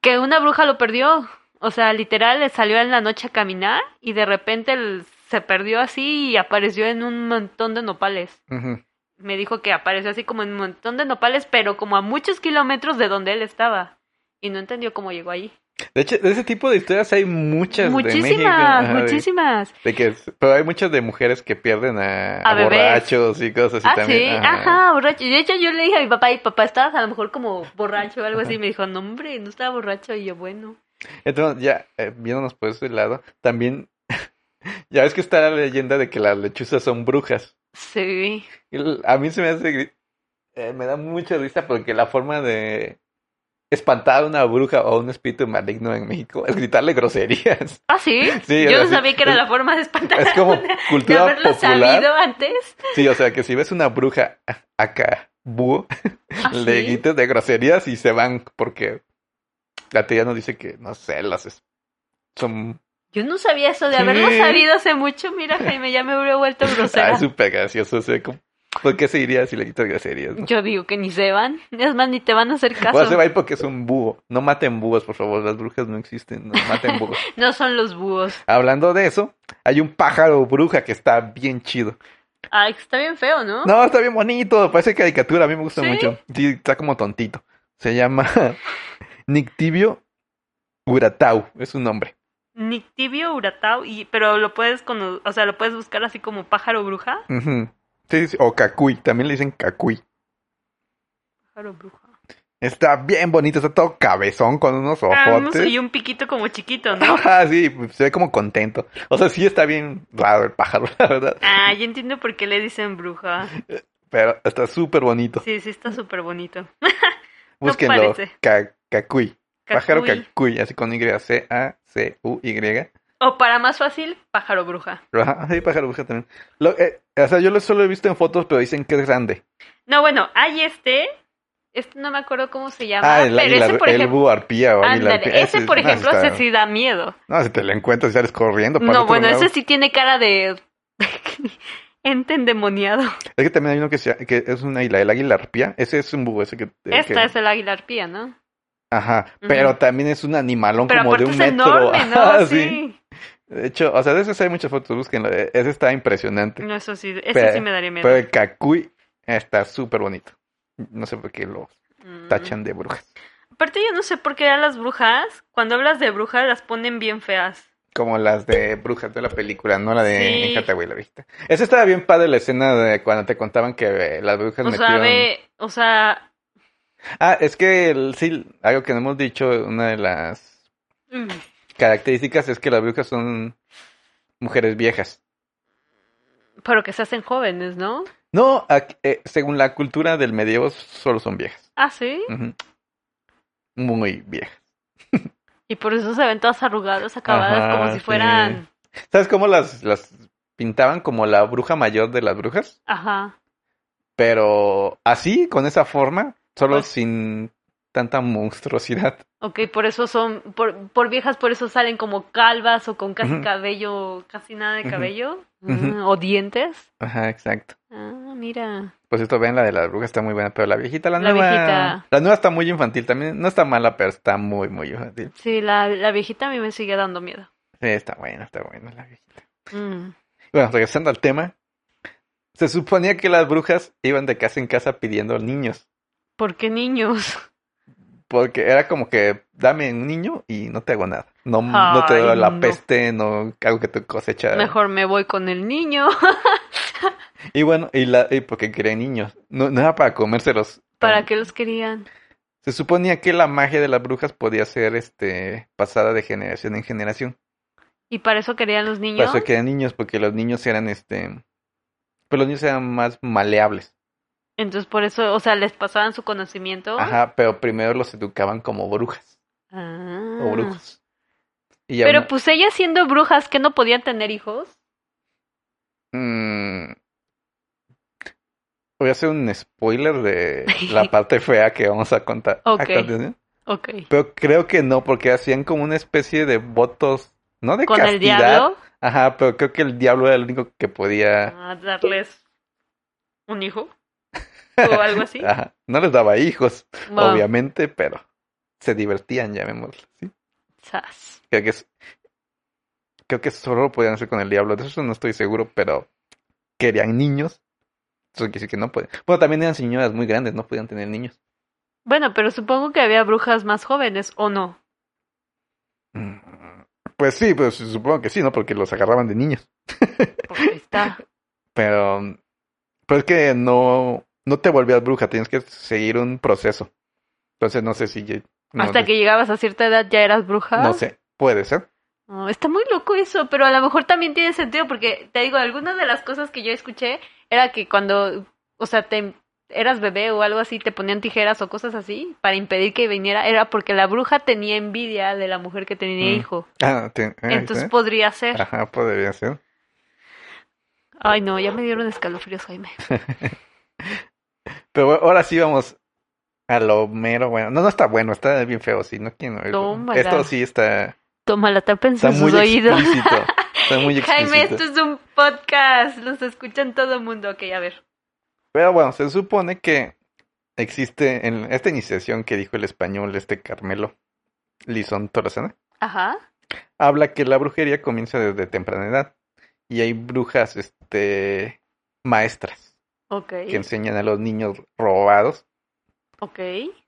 B: que una bruja lo perdió. O sea, literal, le salió en la noche a caminar y de repente el- se perdió así y apareció en un montón de nopales.
A: Ujú.
B: Me dijo que apareció así como en un montón de nopales, pero como a muchos kilómetros de donde él estaba. Y no entendió cómo llegó ahí.
A: De hecho, de ese tipo de historias hay muchas de México,
B: Muchísimas,
A: ajá, de- Pues
B: muchísimas.
A: de que, pero hay muchas de mujeres que pierden a,
B: A
A: a
B: bebés.
A: borrachos y cosas así
B: ah,
A: también.
B: sí, ajá. borracho. Y De hecho, yo le dije a mi papá, y papá, estabas a lo mejor como borracho o algo así. Y me dijo, no, hombre, no estaba borracho. Y yo, bueno.
A: Entonces, ya, eh, viéndonos por ese lado, también, ya ves que está la leyenda de que las lechuzas son brujas.
B: Sí.
A: El- A mí se me hace, gri- eh, me da mucha risa porque la forma de espantar a una bruja o a un espíritu maligno en México es gritarle groserías.
B: ¿Ah, sí?
A: Sí,
B: yo
A: o sea,
B: no
A: sí.
B: sabía que era
A: Es-
B: la forma de espantar.
A: Es
B: a
A: como
B: una- de
A: cultura
B: haberlo
A: popular.
B: sabido antes.
A: Sí, o sea, que si ves una bruja a- acá, búho,
B: ¿Ah,
A: le
B: sí?
A: gritas de groserías y se van porque la teoría nos dice que, no sé, las es- son...
B: Yo no sabía eso, de
A: Sí.
B: haberlo sabido hace mucho. Mira, Jaime, ya me hubiera vuelto
A: Ah,
B: grosera.
A: es súper gracioso, o sea, como- ¿por qué se iría si le gritas groserías? no?
B: Yo digo que ni se van. Es más, ni te van a hacer caso.
A: Bueno, se va a ir porque es un búho. No maten búhos, por favor, las brujas no existen, no maten búhos.
B: No son los búhos.
A: Hablando de eso, hay un pájaro bruja que está bien chido.
B: Ay, está bien feo, ¿no?
A: No, está bien bonito, parece caricatura, a mí me gusta
B: ¿Ah? ¿Sí?
A: mucho. Sí, está como tontito. Se llama Nictibio Uratau, es un nombre.
B: Nictibio uratau, y, pero lo puedes cono- o sea, lo puedes buscar así como pájaro bruja.
A: Ujú. Sí, sí, o Kakui, también le dicen Kakui.
B: Pájaro bruja.
A: Está bien bonito, está todo cabezón con unos
B: Ah, no sé,
A: ojotes.
B: y un piquito como chiquito, ¿no?
A: Ajá, sí, se ve como contento. O sea, sí está bien raro el pájaro, la verdad.
B: Ah, ya entiendo por qué le dicen bruja.
A: Pero está súper bonito.
B: Sí, sí, está súper bonito.
A: Búsquenlo.
B: parece.
A: Ca- Kakui. Pájaro
B: Cacuy.
A: Kakui, así con Y, C-A-C-U-Y.
B: O para más fácil, pájaro bruja.
A: Ajá, sí, pájaro bruja también. Lo- eh, o sea, yo lo solo he visto en fotos, pero dicen que es grande.
B: No, bueno, hay este. Este no me acuerdo cómo se llama.
A: Ah, el
B: pero
A: águila,
B: ese, por
A: el
B: ejemplo.
A: búho arpía o águila
B: Ándale,
A: arpía.
B: ese, por
A: no,
B: ejemplo,
A: está-
B: ese sí da miedo.
A: No, si te lo encuentras y sales corriendo para
B: No,
A: otro
B: bueno,
A: lado.
B: ese sí tiene cara de. ente endemoniado.
A: Es que también hay uno que, se- que es un águila, el águila arpía. Ese es un búho, ese que...
B: Esta
A: que-
B: es el águila arpía, ¿no?
A: Ajá,
B: Ujú.
A: pero también es un animalón
B: Pero
A: como de
B: aparte
A: un
B: es
A: metro. Ah,
B: enorme,
A: Ajá,
B: ¿no? Sí.
A: De hecho, o sea, de esos hay muchas fotos, búsquenlo. E- Ese está impresionante.
B: No, eso sí, eso
A: Pero-
B: sí me daría miedo.
A: Pero el Kakui está súper bonito. No sé por qué lo
B: Mm.
A: tachan de brujas.
B: Aparte, yo no sé por qué a las brujas, cuando hablas de brujas, las ponen bien feas.
A: Como las de brujas de la película, no la de
B: Sí.
A: Hija la vista. Esa estaba bien padre la escena de cuando te contaban que eh, las brujas
B: O sea,
A: metieron...
B: ve, o sea,
A: Ah, es que el, sí, algo que no hemos dicho, una de las
B: mm,
A: características es que las brujas son mujeres viejas.
B: pero que se hacen jóvenes, ¿no?
A: No, ac- eh, según la cultura del medievo, solo son viejas.
B: Ah, sí.
A: Ujú. Muy viejas.
B: Y por eso se ven todas arrugadas, acabadas,
A: Ajá,
B: como si
A: sí.
B: fueran.
A: ¿Sabes cómo las, las pintaban como la bruja mayor de las brujas?
B: Ajá.
A: Pero así, con esa forma, solo
B: Pues-
A: sin tanta monstruosidad.
B: Ok, por eso son. Por, por viejas, por eso salen como calvas o con casi
A: Ujú.
B: cabello, casi nada de
A: Ujú.
B: cabello.
A: Ujú.
B: Ah, O dientes.
A: Ajá, exacto.
B: Ah, mira.
A: Pues esto ven, la de las brujas está muy buena, pero la viejita, la,
B: La
A: nueva.
B: viejita.
A: La nueva está muy infantil también. No está mala, pero está muy, muy infantil.
B: Sí, la, la viejita a mí me sigue dando miedo.
A: Sí, está buena, está buena la viejita.
B: Mm.
A: Bueno, regresando al tema. Se suponía que las brujas iban de casa en casa pidiendo niños.
B: ¿Por qué niños?
A: Porque era como que dame un niño y no te hago nada. No, no te
B: Ay,
A: doy la
B: no.
A: peste, no hago que tu cosecha.
B: Mejor me voy con el niño
A: Y bueno, y la, y porque querían niños. No, no era para comérselos. Em,
B: para que los querían.
A: Se suponía que la magia de las brujas podía ser este pasada de generación en generación.
B: Y para eso querían los
A: Por
B: niños.
A: eso querían niños, porque los niños eran este, pues los niños eran más maleables.
B: Entonces por eso, o sea, les pasaban su conocimiento.
A: Ajá, pero primero los educaban como brujas
B: Ah.
A: o brujos. Y ya
B: Pero
A: una-
B: pues ellas siendo brujas que no podían tener hijos.
A: Mm. Voy a hacer un spoiler de la parte fea que vamos a contar a
B: Ok.
A: continuación.
B: Ok.
A: Pero creo que no, porque hacían como una especie de votos, no de
B: Con el
A: castidad.
B: diablo. Ah,
A: Ajá, pero creo que el diablo era el único que podía.
B: A darles un hijo. O algo así.
A: Ajá. No les daba hijos,
B: Bueno,
A: obviamente, pero se divertían, llamémoslo. ¿sí?
B: sas.
A: Creo que es... creo que solo lo podían hacer con el diablo. De eso no estoy seguro, pero querían niños. Eso quiere decir que no podían. Bueno, también eran señoras muy grandes, no podían tener niños.
B: Bueno, pero supongo que había brujas más jóvenes, ¿o no?
A: Mm, Pues sí, pues supongo que sí, ¿no? Porque los agarraban de niños.
B: Porque ahí está.
A: Pero, pero es que no, no te volvías bruja, tienes que seguir un proceso. Entonces no sé si... ya- no
B: Hasta
A: sé.
B: que llegabas a cierta edad ya eras bruja.
A: No sé, puede ser.
B: Oh, está muy loco eso, pero a lo mejor también tiene sentido porque te digo, algunas de las cosas que yo escuché era que cuando, o sea, te eras bebé o algo así, te ponían tijeras o cosas así para impedir que viniera, era porque la bruja tenía envidia de la mujer que tenía
A: Mm.
B: hijo.
A: Ah, te- ahí
B: Entonces
A: está.
B: podría ser.
A: Ajá, podría ser.
B: Ay, no, ya me dieron escalofríos, Jaime.
A: Pero bueno, ahora sí vamos a lo mero bueno. No, no está bueno, está bien feo, sí, no quiero oírlo.
B: Tómala.
A: Esto sí está,
B: Toma la tapa en
A: está
B: sus
A: muy
B: oídos.
A: explícito. Está muy
B: Jaime,
A: explícito.
B: esto es un podcast, los escuchan todo el mundo. Ok, a ver.
A: Pero bueno, se supone que existe en esta iniciación que dijo el español, este Carmelo Lizón Torresana,
B: Ajá.
A: habla que la brujería comienza desde temprana edad y hay brujas, este, maestras
B: Ok.
A: que enseñan a los niños robados
B: Ok.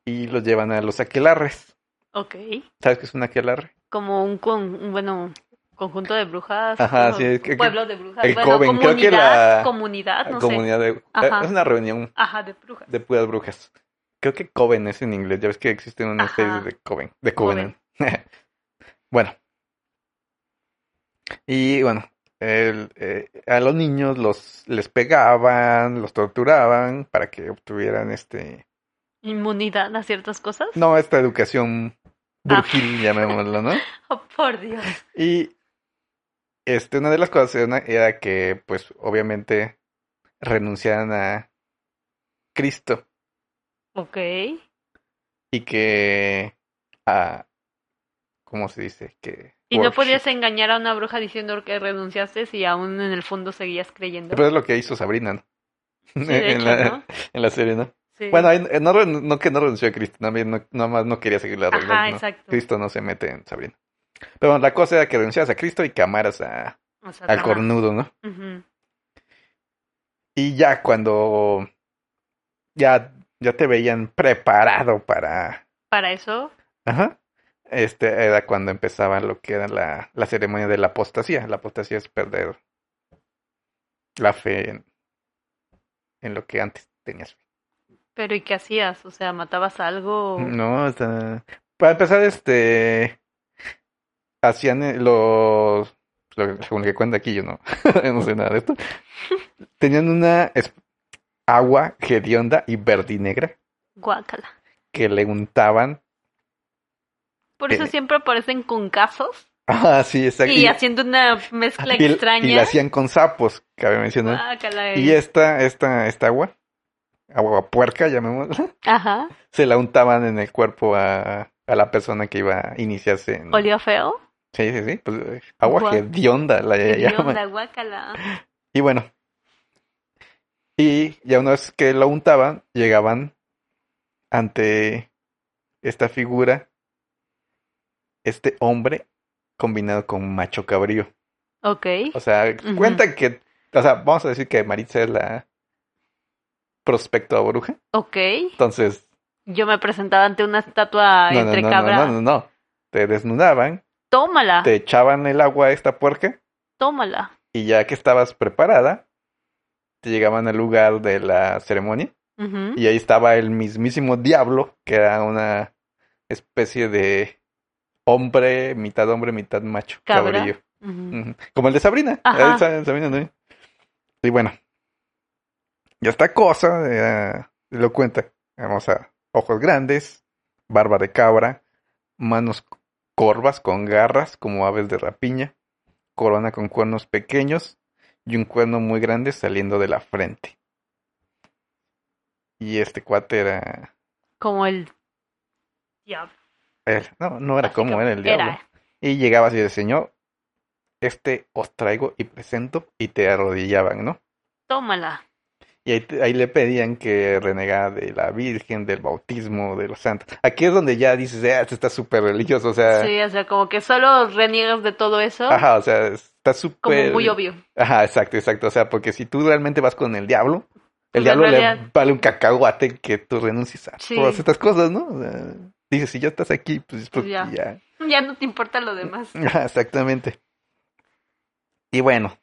A: y los llevan a los aquelarres.
B: Ok.
A: ¿Sabes qué es un aquelarre?
B: como un con un- bueno conjunto de brujas
A: Ajá,
B: ¿no?
A: sí, es que-
B: pueblo de brujas
A: el
B: bueno,
A: coven, creo que
B: comunidad,
A: la-
B: comunidad no sé
A: Comunidad de- eh,
B: Ajá.
A: Es una reunión
B: ajá de brujas
A: de puras brujas. Creo que coven es en inglés, ya ves que existen una
B: Ajá.
A: serie de coven, de coven. bueno. Y bueno, el, eh, a los niños los les pegaban, los torturaban para que obtuvieran este,
B: inmunidad a ciertas cosas
A: no, esta educación
B: Ah.
A: brujil, llamémoslo, ¿no?
B: oh por dios
A: Y este, una de las cosas era, era que, pues, obviamente renunciaran a Cristo
B: Ok.
A: y que, a, ¿cómo se dice? Que
B: y no
A: worship.
B: podías engañar a una bruja diciendo que renunciaste si aún en el fondo seguías creyendo
A: Pero es lo que hizo Sabrina, ¿no?
B: Sí, de
A: en,
B: hecho,
A: la,
B: ¿no?
A: en la serie, ¿no?
B: Sí.
A: Bueno, ahí- eh, no, ren- no que no renunció a Cristo, también no, nada más no quería seguir las reglas,
B: ajá
A: ¿no?
B: exacto
A: Cristo no se mete en Sabrina. Pero bueno, la cosa era que renunciaras a Cristo y que amaras a,
B: O sea,
A: al
B: ajá.
A: cornudo, ¿no?
B: Ujú.
A: Y ya cuando ya, ya te veían preparado para...
B: para eso
A: Ajá. Este era cuando empezaba lo que era la, la ceremonia de la apostasía. La apostasía es perder la fe en, en lo que antes tenías.
B: pero y qué hacías o sea matabas algo
A: No, o sea, para empezar, este, hacían eh, los, lo- según lo que cuenta aquí, yo no, no sé nada de esto, tenían una es- agua hedionda y verdinegra
B: guácala
A: que le untaban,
B: por eso
A: Eh.
B: siempre aparecen con casos
A: ah, sí, exacto,
B: y haciendo una mezcla
A: y- y
B: extraña
A: la hacían con sapos, cabe mencionar,
B: Guácala,
A: y
B: eh.
A: esta, esta, esta agua, agua puerca, llamémosla,
B: Ajá.
A: se la untaban en el cuerpo a, a la persona que iba a iniciarse en,
B: Olió feo.
A: Sí, sí, sí. Pues, eh, agua
B: Guau.
A: hedionda la
B: Hedionda,
A: llaman.
B: guácala.
A: Y bueno. Y ya una vez que la untaban, llegaban ante esta figura, este hombre combinado con macho cabrío.
B: Ok.
A: O sea,
B: Ujú.
A: cuenta que, o sea, vamos a decir que Maritza es la prospecto a bruja.
B: Ok.
A: Entonces,
B: Yo me presentaba ante una estatua
A: no, no,
B: Ah, entre
A: no, no,
B: cabra. Ah.
A: no, no, no. Te desnudaban,
B: Tómala.
A: te echaban el agua a esta puerca.
B: Tómala.
A: Y ya que estabas preparada, te llegaban al lugar de la ceremonia
B: Ujú.
A: y ahí estaba el mismísimo diablo, que era una especie de hombre, mitad hombre, mitad macho,
B: Cabra.
A: cabrillo.
B: Ujú.
A: Mm. Ujú. Como el de Sabrina.
B: Ajá.
A: Ahí está, en Sabrina, ¿no? Y bueno, Y esta cosa eh, lo cuenta. Vamos a ojos grandes, barba de cabra, manos corvas con garras como aves de rapiña, corona con cuernos pequeños y un cuerno muy grande saliendo de la frente. Y este cuate era
B: Como el diablo.
A: él. No, no era
B: así
A: como
B: que
A: era el diablo.
B: era.
A: Y llegaba así de señor, este os traigo y presento y te arrodillaban, ¿no?
B: Tómala.
A: Y ahí, te- ahí le pedían que renegara de la Virgen, del bautismo, de los santos. Aquí es donde ya dices, ah, este está súper religioso, o sea,
B: Sí, o sea, como que solo reniegas de todo eso.
A: Eh. ajá, pues, o sea, está
B: Como
A: súper...
B: muy obvio.
A: Ajá, exacto, exacto. O sea, porque si tú realmente vas con el diablo, el
B: Pues en
A: diablo le
B: realidad-
A: vale un cacahuate que tú renuncies a
B: Sí.
A: todas estas cosas, ¿no? O sea, dices, si ya estás aquí, pues es
B: Pues
A: porque
B: ya.
A: ya.
B: Ya no te importa lo demás.
A: Ajá, Exactamente. Y bueno,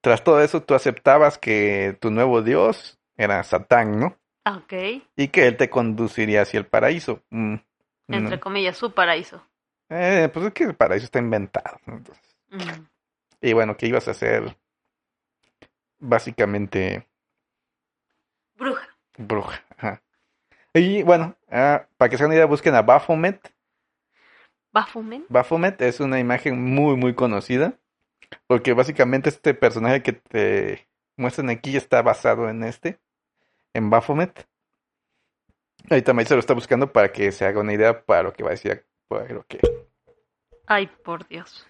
A: tras todo eso, tú aceptabas que tu nuevo dios era Satán, ¿no?
B: Ah, Ok.
A: Y que él te conduciría hacia el paraíso. Mm, no.
B: Entre comillas, su paraíso.
A: Eh, pues es que el paraíso está inventado. ¿no? Entonces,
B: Mm.
A: y bueno, que ibas a ser básicamente
B: Bruja.
A: bruja. ajá. Y bueno, ah, para que se hagan idea, busquen a Baphomet.
B: Bafumen.
A: Baphomet es una imagen muy, muy conocida. Porque básicamente este personaje que te muestran aquí está basado en este, en Baphomet. Ahí también se lo está buscando para que se haga una idea para lo que va a decir. Para lo que...
B: Ay, por Dios.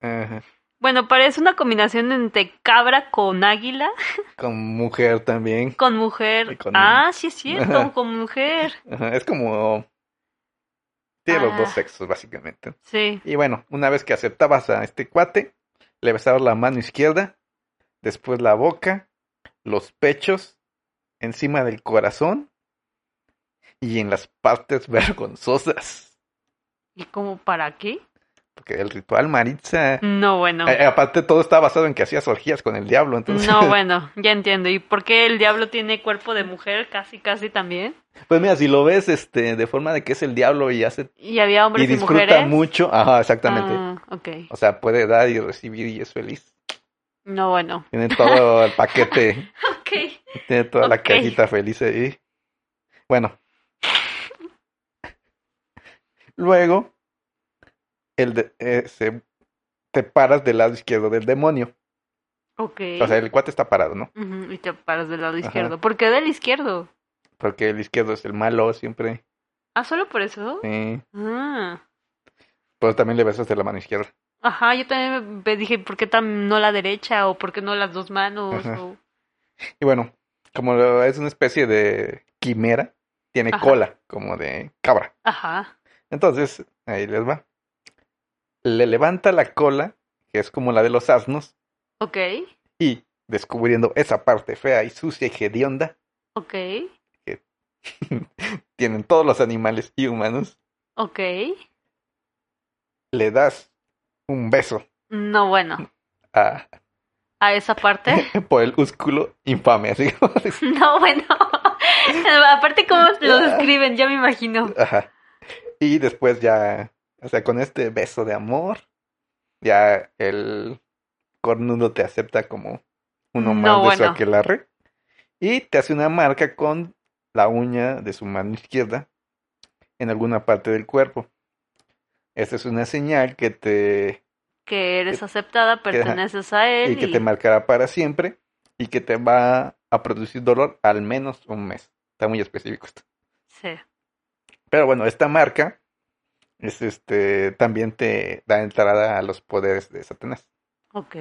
A: Ajá.
B: Bueno, parece una combinación entre cabra con águila,
A: Con mujer también.
B: con
A: Y
B: mujer.
A: con-
B: Ah, sí es cierto, con mujer.
A: Ajá, Es como... Tiene los
B: Ah.
A: dos sexos, básicamente.
B: Sí.
A: Y bueno, una vez que aceptabas a este cuate, le besabas la mano izquierda, después la boca, los pechos, encima del corazón y en las partes vergonzosas.
B: ¿Y como para qué?
A: Porque el ritual Maritza.
B: No, bueno.
A: eh, aparte, todo está basado en que hacías orgías con el diablo, entonces.
B: No, bueno, ya entiendo. ¿Y por qué el diablo tiene cuerpo de mujer casi, casi también?
A: Pues mira, si lo ves este, de forma de que es el diablo y hace.
B: Y había
A: Y
B: hombres y,
A: disfruta
B: mujeres.
A: mucho. Ajá, exactamente.
B: Ah, ok.
A: O sea, puede dar y recibir y es feliz.
B: No, bueno.
A: Tiene todo el paquete.
B: Ok.
A: Tiene toda la
B: Ok.
A: cajita feliz ahí. Bueno. Luego, el de- eh, se- te paras del lado izquierdo del demonio.
B: Ok.
A: O sea, el cuate está parado, ¿no?
B: Ujú, Y te paras del lado
A: Ajá.
B: izquierdo. ¿Por qué del izquierdo?
A: Porque el izquierdo es el malo siempre.
B: Ah, solo por eso.
A: sí.
B: Ah.
A: Pero también le besas de la mano izquierda.
B: Ajá, yo también me dije, ¿por qué tam- no la derecha? ¿O por qué no las dos manos?
A: Ajá.
B: O-
A: Y bueno, como lo- es una especie de quimera, tiene
B: Ajá.
A: cola, como de cabra.
B: Ajá.
A: Entonces, ahí les va. Le levanta la cola, que es como la de los asnos,
B: Ok,
A: Y descubriendo esa parte fea y sucia y hedionda,
B: ok,
A: tienen todos los animales y humanos,
B: ok.
A: le das un beso
B: No, bueno.
A: a,
B: A esa parte.
A: por el úsculo infame. Así como dice.
B: No, bueno. Aparte, ¿cómo lo describen? Ya me imagino.
A: Ajá. Y después ya, o sea, con este beso de amor, ya el cornudo te acepta como uno más
B: No,
A: de su
B: bueno.
A: aquelarre. Y te hace una marca con la uña de su mano izquierda en alguna parte del cuerpo. Esta es una señal que te
B: Que eres aceptada, perteneces a él.
A: y que te marcará para siempre y que te va a producir dolor al menos un mes. Está muy específico este esto.
B: Sí.
A: Pero bueno, esta marca es este también te da entrada a los poderes de Satanás.
B: Ok.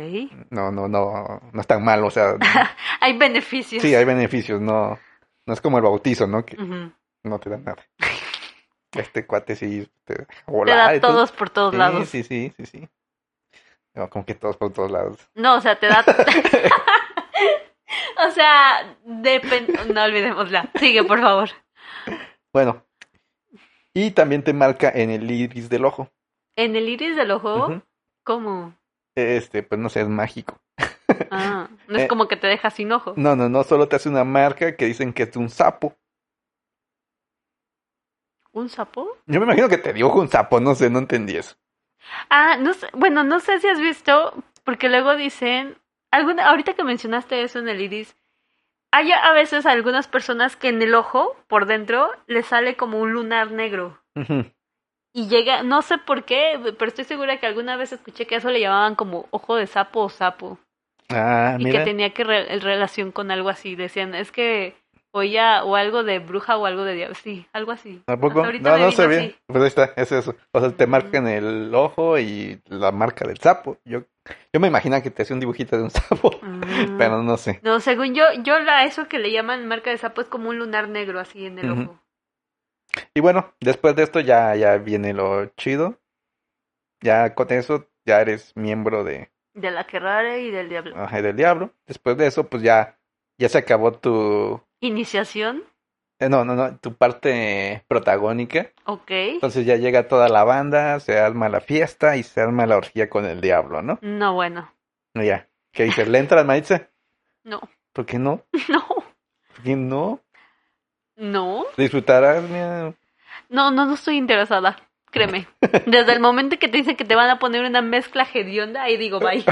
A: No, no, no, no es tan malo, o sea,
B: Hay beneficios.
A: sí hay beneficios, no, no es como el bautizo, ¿no? Que
B: Ujú.
A: no te da nada. Este cuate sí te deja
B: Te
A: volar
B: da
A: y todo.
B: todos por todos
A: Sí,
B: lados.
A: sí, sí, sí, sí. No, como que todos por todos lados.
B: No, o sea, te da. o sea, depende. No olvidémosla. Sigue, por favor.
A: Bueno, y también te marca en el iris del ojo.
B: En el iris del ojo,
A: Ujú.
B: ¿cómo?
A: Este, pues no sé, es mágico.
B: Ah, no es
A: Eh.
B: como que te deja sin ojo.
A: No, no, no, solo te hace una marca que dicen que es un sapo.
B: ¿Un sapo?
A: Yo me imagino que te dibujo un sapo, no sé, no entendí eso.
B: Ah, no sé. Bueno, no sé si has visto, porque luego dicen. Alguna, ahorita que mencionaste eso en el iris, Hay a veces algunas personas que en el ojo, por dentro, les sale como un lunar negro.
A: Ujú.
B: Y llega, no sé por qué, pero estoy segura que alguna vez escuché que a eso le llamaban como ojo de sapo o sapo.
A: Ah,
B: y
A: mira.
B: que tenía que re- el relación con algo así. Decían, es que oía o algo de bruja o algo de diablo. Sí, algo así.
A: ¿A poco?
B: Hasta ahorita
A: No,
B: me
A: no
B: vino
A: sabía.
B: así.
A: Pues ahí está, es eso. O sea, te marcan el ojo y la marca del sapo. Yo, yo me imaginaba que te hacía un dibujito de un sapo,
B: Ah.
A: pero no sé.
B: No, según yo, yo la, eso que le llaman marca de sapo es como un lunar negro así en el
A: Ujú.
B: ojo.
A: Y bueno, después de esto ya, ya viene lo chido. Ya con eso ya eres miembro de
B: De la que rara y del diablo.
A: Ángel del Diablo. Después de eso, pues ya, ya se acabó tu...
B: Iniciación,
A: eh, No, no, no, tu parte protagónica.
B: ok.
A: Entonces ya llega toda la banda, se arma la fiesta y se arma la orgía con el diablo, ¿no?
B: No, bueno.
A: No, ya. ¿Qué dices? ¿Le entras, Maritza?
B: No,
A: ¿Por qué no?
B: no,
A: ¿Por qué no?
B: no.
A: Disfrutarás, mira.
B: No, no, no estoy interesada. Créeme. Desde el momento que te dicen que te van a poner una mezcla hedionda, ahí digo bye.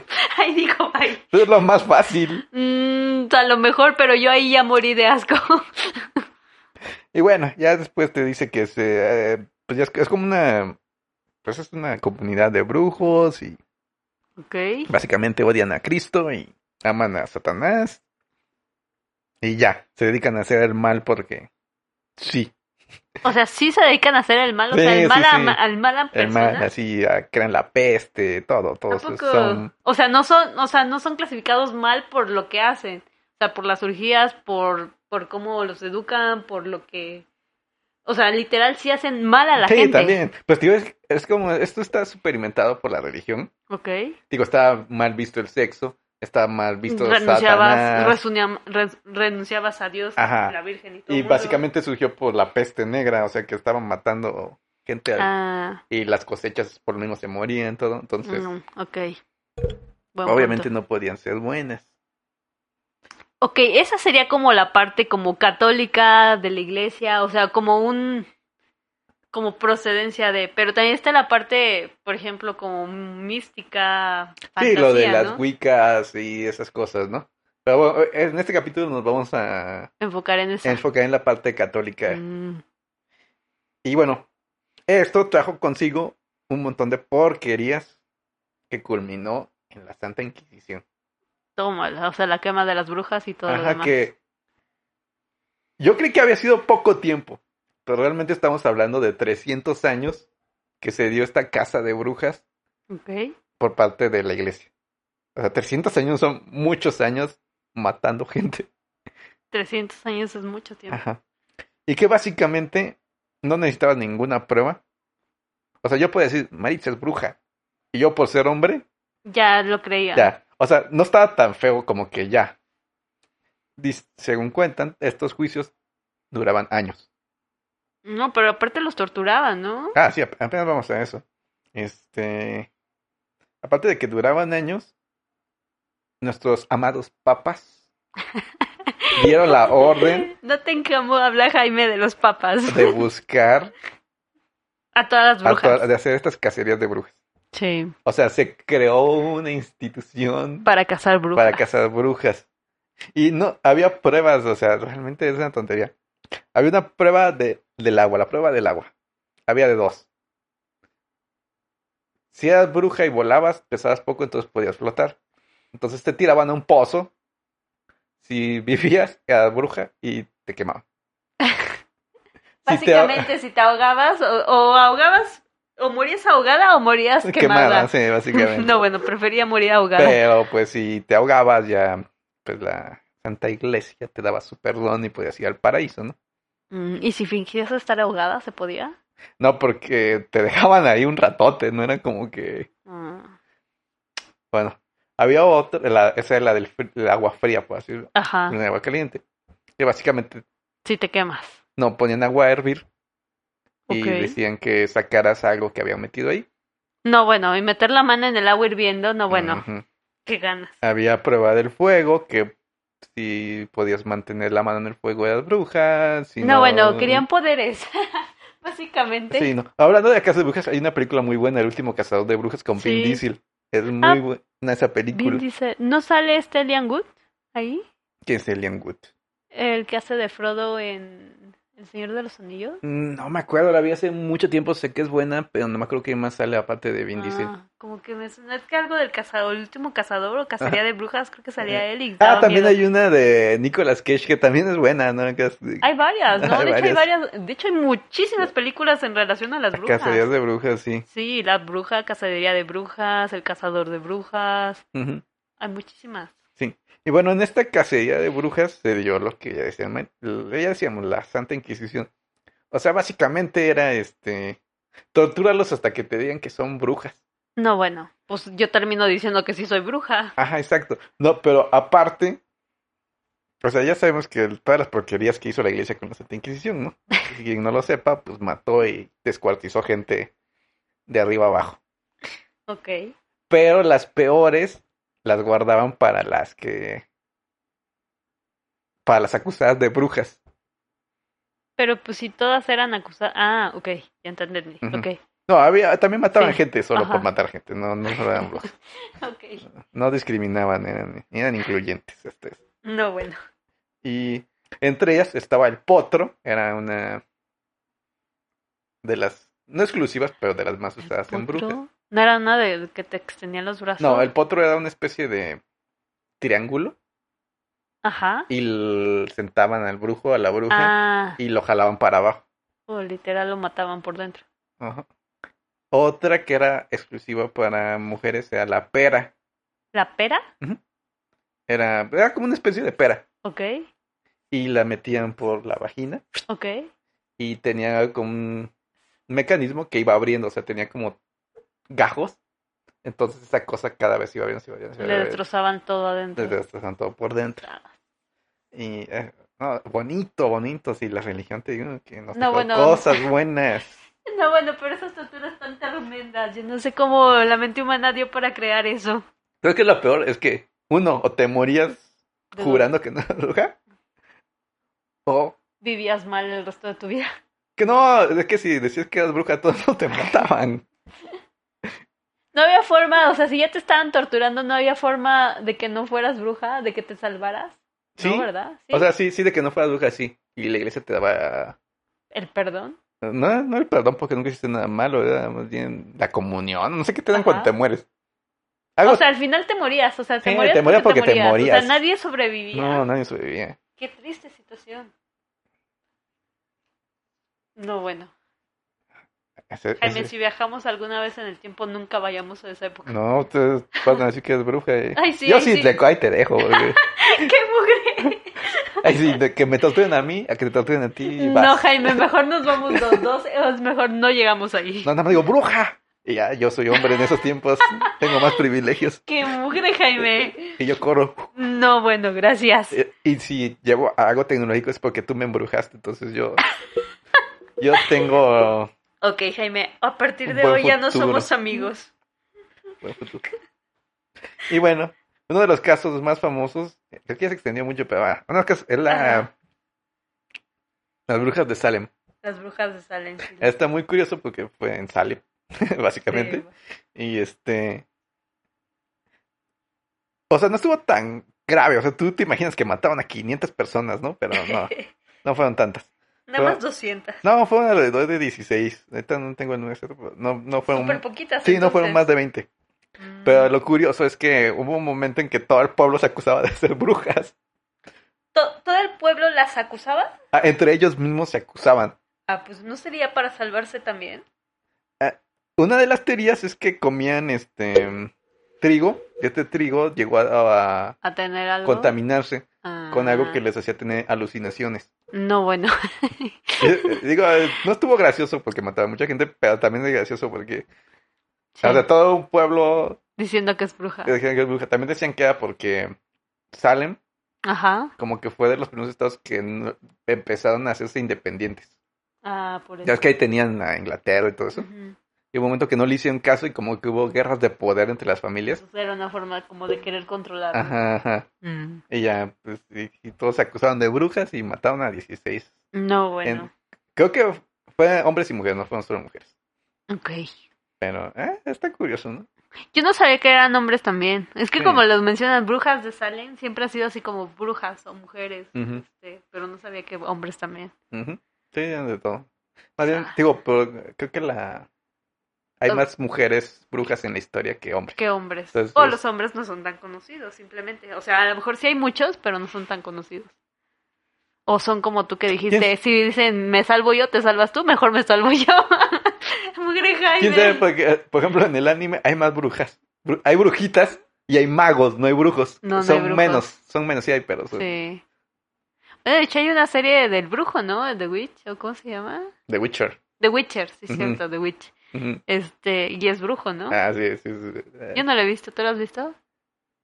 B: ahí digo bye.
A: Eso es lo más fácil.
B: Mm, a lo mejor, pero yo ahí ya morí de asco.
A: Y bueno, ya después te dice que se, eh, pues ya es, es como una, pues es una comunidad de brujos y
B: ok.
A: básicamente odian a Cristo y aman a Satanás. Y ya, se dedican a hacer el mal porque sí,
B: O sea, sí se dedican a hacer el mal, o
A: Sí,
B: sea, el
A: sí,
B: mal,
A: sí.
B: a, al mal a
A: el
B: personas.
A: mal así ah, crean la peste, todo, todo.
B: ¿A poco?
A: Son,
B: O sea, no son, o sea, no son clasificados mal por lo que hacen. O sea, por las urgías, por, por cómo los educan, por lo que. O sea, literal sí hacen mal a la
A: sí,
B: gente.
A: también. Pues tío, es, es como, esto está superimentado por la religión.
B: Ok.
A: Digo, está mal visto el sexo, está mal visto
B: renunciabas,
A: Satanás.
B: resunia- re- renunciabas a Dios,
A: Ajá.
B: la Virgen y todo.
A: Y
B: el mundo.
A: básicamente surgió por la peste negra, o sea que estaban matando gente al-
B: Ah,
A: y las cosechas por lo mismo se morían, todo. Entonces,
B: mm, ok. Buen
A: obviamente
B: punto.
A: no podían ser buenas.
B: Ok, esa sería como la parte como católica de la iglesia, o sea, como un como procedencia de, pero también está la parte, por ejemplo, como mística, fantasía,
A: sí, lo de las
B: ¿no?
A: wiccas y esas cosas, ¿no? Pero bueno, en este capítulo nos vamos a
B: Enfocar en esa.
A: enfocar en la parte católica.
B: Mm,
A: Y bueno, esto trajo consigo un montón de porquerías que culminó en la Santa Inquisición.
B: tómala, o sea, la quema de las brujas y todo lo
A: Ajá,
B: demás.
A: que yo creí que había sido poco tiempo, pero realmente estamos hablando de 300 años que se dio esta casa de brujas
B: Ok.
A: por parte de la iglesia. O sea, 300 años son muchos años matando gente.
B: 300 años es mucho tiempo.
A: Ajá. Y que básicamente no necesitaba ninguna prueba. O sea, yo puedo decir, Maritza es bruja. Y yo por ser hombre,
B: Ya lo creía.
A: Ya, o sea, no estaba tan feo como que ya. Dis- según cuentan, estos juicios duraban años.
B: No, pero aparte los torturaban, ¿no?
A: Ah, sí, ap- apenas vamos a eso. Este, aparte de que duraban años, nuestros amados papas dieron la orden
B: No te encamó hablar Jaime de los papas.
A: de buscar,
B: A todas las
A: a
B: brujas.
A: toda- de hacer estas cacerías de brujas.
B: Sí,
A: O sea, se creó una institución
B: para cazar brujas.
A: para cazar brujas. Y no, había pruebas, o sea, realmente es una tontería. Había una prueba de, del agua, la prueba del agua. Había de dos. Si eras bruja y volabas, pesabas poco, entonces podías flotar. Entonces te tiraban a un pozo. Si vivías, eras bruja y te quemaban. Si te ahog-
B: Básicamente, si te ahogabas, o, o ahogabas, o morías ahogada o morías quemada.
A: quemaban, sí, básicamente.
B: No, bueno, prefería morir ahogada.
A: Pero pues si te ahogabas, ya pues la Santa Iglesia te daba su perdón y podías ir al paraíso, ¿no?
B: Mm, ¿Y si fingías estar ahogada, se podía?
A: No, porque te dejaban ahí un ratote, no era como que,
B: Mm,
A: bueno, había otra, la- esa es la del fr- el agua fría, por así decirlo,
B: Ajá,
A: el agua caliente. Que básicamente
B: si te quemas.
A: no ponían agua a hervir y
B: Ok.
A: decían que sacaras algo que habían metido ahí.
B: No, bueno, y meter la mano en el agua hirviendo, no, Ah, bueno,
A: Ujú.
B: qué ganas.
A: Había prueba del fuego, que si podías mantener la mano en el fuego eras bruja, si
B: no, bueno, querían poderes. Básicamente.
A: Sí, no. Hablando de Casa de Brujas, hay una película muy buena, El último cazador de brujas con Vin
B: Sí.
A: Diesel. Es muy
B: Ah.
A: buena esa
B: Vin
A: película.
B: dice, ¿no sale este Liam Good ahí?
A: ¿Quién es Elian Wood?
B: El que hace de Frodo en El Señor de los Anillos.
A: Mm, No me acuerdo, la vi hace mucho tiempo, sé que es buena, pero no me acuerdo quién más sale aparte de Vin Diesel.
B: Ah, como que me suena, es que algo del cazador, el último cazador o cacería de brujas, creo que salía él y
A: Ah,
B: daba
A: también
B: miedo.
A: hay una de Nicolas Cage que también es buena, ¿no? Que es-
B: Hay varias, ¿no?
A: Hay
B: de hecho hay
A: varias.
B: varias, de hecho hay muchísimas películas en relación a las brujas.
A: Cacerías de brujas, sí.
B: Sí, la bruja, cacería de brujas, el cazador de brujas,
A: Ujú.
B: hay muchísimas.
A: Y bueno, en esta cacería de brujas se dio lo que ya decíamos, ya decíamos, la Santa Inquisición. O sea, básicamente era este, tortúralos hasta que te digan que son brujas.
B: No, bueno, pues yo termino diciendo que sí soy bruja.
A: Ajá, exacto. No, pero aparte, o sea, ya sabemos que el- todas las porquerías que hizo la iglesia con la Santa Inquisición, ¿no? Y quien no lo sepa, pues mató y descuartizó gente de arriba abajo.
B: Ok.
A: Pero las peores las guardaban para las que... para las acusadas de brujas.
B: Pero pues si todas eran acusadas. Ah, ok, ya entendí.
A: Ujú.
B: Ok.
A: No, había, también mataban
B: Sí,
A: gente solo por
B: ajá.
A: matar gente, no, no solo eran brujas.
B: Ok.
A: No discriminaban, eran, eran incluyentes. este,
B: No, bueno.
A: Y entre ellas estaba el Potro, era una de las, no exclusivas, pero de las más usadas en
B: Potro.
A: Brujas.
B: Pues No era una de que te extendían los brazos.
A: No, el Potro era una especie de triángulo
B: Ajá.
A: y l- sentaban al brujo, a la bruja,
B: Ah,
A: y lo jalaban para abajo.
B: o literal lo mataban por dentro.
A: Ajá. Otra que era exclusiva para mujeres era la pera.
B: ¿La pera?
A: Era, era como una especie de pera.
B: Ok,
A: Y la metían por la vagina
B: ok.
A: y tenía como un mecanismo que iba abriendo, o sea, tenía como gajos. Entonces esa cosa cada vez iba abriendo, se iba abriendo, se iba
B: Le
A: abriendo.
B: destrozaban todo adentro.
A: Les destrozaban todo por dentro. Y eh, no, bonito, bonito, si la religión te digo que nos
B: No,
A: dejó
B: bueno.
A: cosas buenas.
B: No, bueno, pero esas torturas tan tremendas. Yo no sé cómo la mente humana dio para crear eso.
A: Creo que lo peor es que, uno, o te morías
B: De
A: jurando que no era bruja, o
B: dónde Vivías mal el resto de tu vida.
A: que no, es que si decías que eras bruja, todos te mataban.
B: No había forma, o sea, si ya te estaban torturando, no había forma de que no fueras bruja, de que te salvaras.
A: Sí.
B: ¿No, verdad? Sí.
A: O sea, sí, sí, de que no fueras bruja, sí. Y la iglesia te daba
B: el perdón.
A: No, no el perdón porque nunca hiciste nada malo, ¿verdad? Más bien la comunión, no sé qué te dan
B: Ajá.
A: cuando te mueres. Algo...
B: O sea, al final te morías, o sea, te
A: Sí,
B: morías
A: te morías
B: porque,
A: porque te
B: te morías. O
A: morías.
B: sea, nadie sobrevivía.
A: no, nadie sobrevivía.
B: Qué triste situación. No, bueno.
A: Ese-
B: Jaime,
A: ese-
B: si viajamos alguna vez en el tiempo, nunca vayamos a esa época.
A: No, ustedes van a decir que es bruja. eh.
B: Ay, sí,
A: Yo
B: ay,
A: sí,
B: sí.
A: le- ahí te dejo. porque-
B: ¡Qué mugre!
A: Ay, sí, de que me torturen a mí, a que te torturen a ti. Vas.
B: No, Jaime, mejor nos vamos los dos, es mejor no llegamos ahí.
A: No, nada más digo, bruja. Y ya, yo soy hombre en esos tiempos, tengo más privilegios.
B: ¡Qué mugre, Jaime!
A: Y yo corro.
B: No, bueno, gracias.
A: Eh, Y si llevo algo tecnológico es porque tú me embrujaste, entonces yo... Yo tengo...
B: Ok, Jaime, a partir
A: Un
B: de
A: buen
B: hoy ya no
A: futuro.
B: somos amigos.
A: Buen futuro. Y bueno, uno de los casos más famosos, creo que ya se extendió mucho, pero ah, uno de los casos es la,
B: Ajá.
A: las brujas de Salem.
B: Las brujas de Salem. sí.
A: Está muy curioso porque fue en Salem, básicamente.
B: Sí, bueno.
A: Y este... O sea, no estuvo tan grave. O sea, tú te imaginas que mataban a 500 personas, ¿no? Pero no, no fueron tantas.
B: Nada más 200.
A: No, fueron alrededor de 16. Ahorita no tengo el número, exacto, pero no, no fueron...
B: Súper ¿eh? poquitas.
A: Sí, no fueron más de 20.
B: entonces.
A: Pero
B: Mm.
A: lo curioso es que hubo un momento en que todo el pueblo se acusaba de ser brujas.
B: ¿To- ¿Todo el pueblo las acusaba?
A: Ah, Entre ellos mismos se acusaban.
B: Ah, pues no sería para salvarse también.
A: Una de las teorías es que comían este trigo. y Este trigo llegó a, a
B: A tener algo.
A: contaminarse
B: Ah.
A: con algo que les hacía tener alucinaciones.
B: No, bueno.
A: Eh, eh, Digo, eh, no estuvo gracioso porque mataba a mucha gente, pero también es gracioso porque
B: Sí, Ah.
A: o sea, todo un pueblo
B: Diciendo que es bruja.
A: eh, decían que es bruja. También decían que era porque Salem
B: Ajá.
A: como que fue de los primeros estados que no- empezaron a hacerse independientes.
B: Ah, por eso.
A: Ya es que ahí tenían a Inglaterra y todo eso.
B: Ujú.
A: Y hubo un momento que no le hicieron caso y como que hubo guerras de poder entre las familias.
B: Entonces Era una forma como de querer controlar. ¿no?
A: Ajá, ajá.
B: Mm.
A: Y ya, pues, y, y todos se acusaron de brujas y mataron a 16.
B: No, bueno.
A: Creo que fue hombres y mujeres, no fueron solo mujeres.
B: Ok.
A: Pero, eh, está curioso, ¿no?
B: Yo no sabía que eran hombres también. Es que
A: Sí.
B: como los mencionan, brujas de Salem siempre ha sido así como brujas o mujeres,
A: Ujú.
B: este, pero no sabía que hombres también.
A: Ujú. Sí, hay de todo. Más bien, digo, pero creo que la... Hay
B: Ah.
A: más mujeres brujas en la historia que hombres.
B: Que hombres.
A: Entonces, pues
B: o
A: los-
B: los hombres no son tan conocidos, simplemente. O sea, a lo mejor sí hay muchos, pero no son tan conocidos. O son como tú que dijiste,
A: ¿Quién-
B: si dicen me salvo yo, te salvas tú, mejor me salvo yo. Mugre
A: ¿Quién
B: Jaime.
A: sabe? Porque, eh, por ejemplo, en el anime hay más brujas. Bru- hay brujitas y hay magos, no hay brujos.
B: No, no hay
A: son
B: brujos.
A: menos, son menos, sí hay, pero son-
B: Sí. Bueno, de hecho hay una serie del brujo, ¿no? The Witch, ¿o cómo se llama?
A: The Witcher.
B: The Witcher, sí, es
A: Ujú.
B: cierto, The Witch.
A: Ujú.
B: Este, y es brujo, ¿no?
A: Ah, sí, sí, sí, sí. Eh,
B: Yo no lo he visto, ¿tú lo has visto?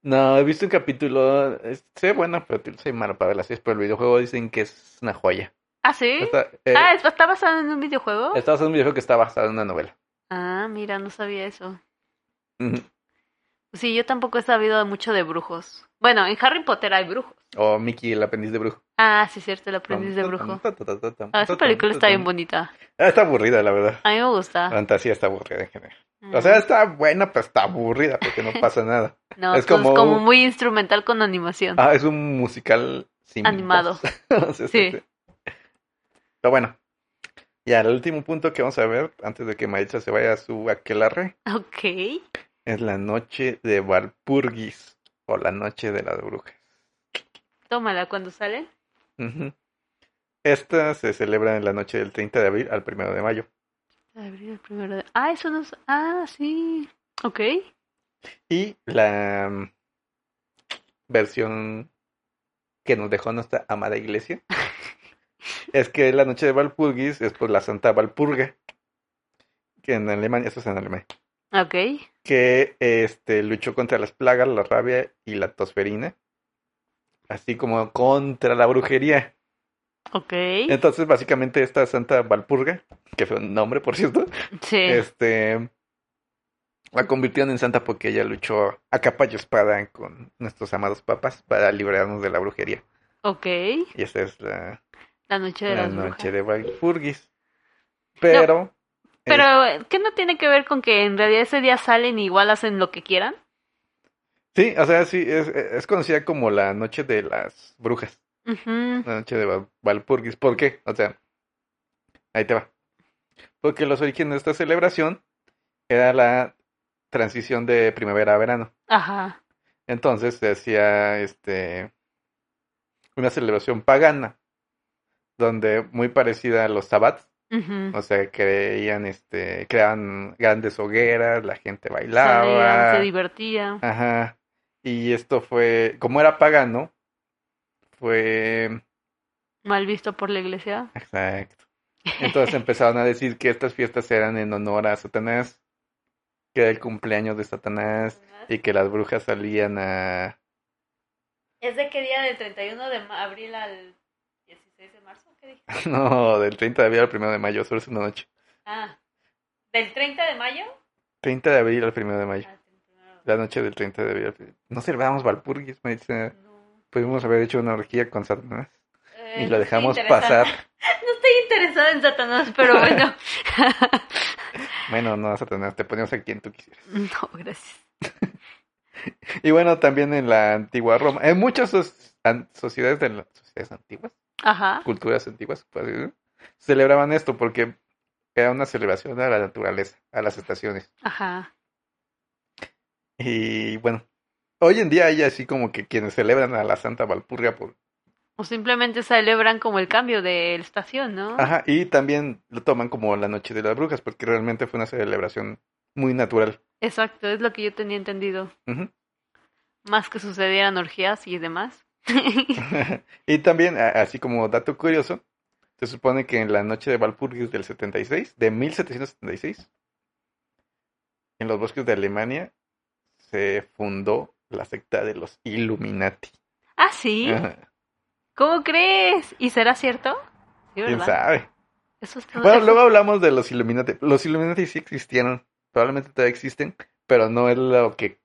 A: No, he visto un capítulo. es- Sé bueno, pero t- soy malo para ver las series. Pero el videojuego dicen que es una joya.
B: Ah, sí.
A: Está, eh,
B: ah, ¿es- ¿está basado en un videojuego?
A: está basado en un videojuego que está basado en una novela.
B: Ah, mira, no sabía eso.
A: Ujú.
B: Sí, yo tampoco he sabido mucho de brujos. Bueno, en Harry Potter hay brujos.
A: O Mickey, el aprendiz de brujo.
B: Ah, sí, cierto, el aprendiz de brujo. Ah, esa
A: esta Ah,
B: película está bien Ah. bonita.
A: Está aburrida, la verdad.
B: A mí me gusta. Mm.
A: Fantasía está aburrida en general. Ah, O sea, está buena, pero está aburrida porque no pasa nada.
B: no,
A: es
B: es como,
A: como-
B: muy instrumental con animación.
A: Ah, es un musical sin
B: Animado.
A: voz. Sí, sí,
B: Sí.
A: sí. Pero bueno. Ya, el último punto que vamos a ver antes de que Maritza se vaya a su aquelarre
B: Ok.
A: es la noche de Valpurgis o la noche de las brujas.
B: Tómala cuando salen.
A: Ujú. Esta se celebra en la noche del 30 de abril al 1 de mayo.
B: Abril, primero de- Ah, eso no es... Ah, sí. Ok.
A: Y la mm, versión que nos dejó nuestra amada iglesia es que la noche de Valpurgis es por la Santa Valpurga, que en Alemania, eso es en Alemania,
B: Ok.
A: que este, luchó contra las plagas, la rabia y la tosferina, así como contra la brujería.
B: Ok.
A: Entonces, básicamente, esta Santa Valpurga, que fue un nombre, por cierto,
B: Sí.
A: este la convirtieron en santa porque ella luchó a capa y espada con nuestros amados papas para librarnos de la brujería.
B: Ok.
A: Y esta es la,
B: La noche de
A: la
B: las brujas.
A: noche de Valpurgis. Pero,
B: Pero, eh, ¿qué no tiene que ver con que en realidad ese día salen y igual hacen lo que quieran?
A: sí, o sea, sí, es, es conocida como la noche de las brujas,
B: Ujú.
A: la noche de Val- Valpurgis. ¿Por qué? O sea, ahí te va. Porque los orígenes de esta celebración era la transición de primavera a verano.
B: Ajá.
A: Entonces se hacía este una celebración pagana, donde muy parecida a los sabbats,
B: Ujú.
A: o sea, creían, este, creaban grandes hogueras, la gente
B: Salían, se
A: bailaba,
B: divertían.
A: ajá, y esto fue, como era pagano, fue,
B: Mal visto por la iglesia.
A: exacto, entonces empezaron a decir que estas fiestas eran en honor a Satanás, que era el cumpleaños de Satanás, y que las brujas salían a,
B: ¿Es de qué día? ¿Del 31 de ma- abril al 16 de marzo? ¿Qué dije?
A: no, del 30 de abril al 1 de mayo, solo es una noche.
B: Ah, ¿del 30 de mayo?
A: 30 de abril al 1 de mayo.
B: Ah, 31 de
A: La noche del 30 de abril. al pri- No celebramos Valpurgis, me dice.
B: abril. No.
A: Pudimos haber hecho una orgía con Satanás.
B: Eh,
A: Y lo
B: no estoy
A: dejamos
B: interesada-
A: pasar.
B: No estoy interesada en Satanás, pero bueno.
A: Bueno, no, Satanás, te poníamos a quien tú quisieras.
B: no, gracias.
A: Y bueno, también en la antigua Roma. En muchas sos- an- sociedades, de la- sociedades antiguas,
B: Ajá.
A: culturas antiguas, pues, ¿eh? celebraban esto porque era una celebración a la naturaleza, a las estaciones.
B: Ajá.
A: Y bueno, hoy en día hay así como que quienes celebran a la Santa Valpurga por
B: O simplemente celebran como el cambio de estación, ¿no?
A: Ajá, y también lo toman como la noche de las brujas, porque realmente fue una celebración muy natural.
B: Exacto, es lo que yo tenía entendido.
A: Ujú.
B: Más que sucedieran orgías y demás.
A: y también, a- así como dato curioso, se supone que en la noche de Valpurgis del 76, de 1776, en los bosques de Alemania, se fundó la secta de los Illuminati.
B: ah, sí.
A: Ajá,
B: ¿Cómo crees? ¿Y será cierto? Sí,
A: ¿Quién
B: ¿verdad?
A: sabe?
B: Eso es todo-
A: Bueno,
B: eso-
A: luego hablamos de los Illuminati. Los Illuminati sí existieron, probablemente todavía existen, pero no es lo que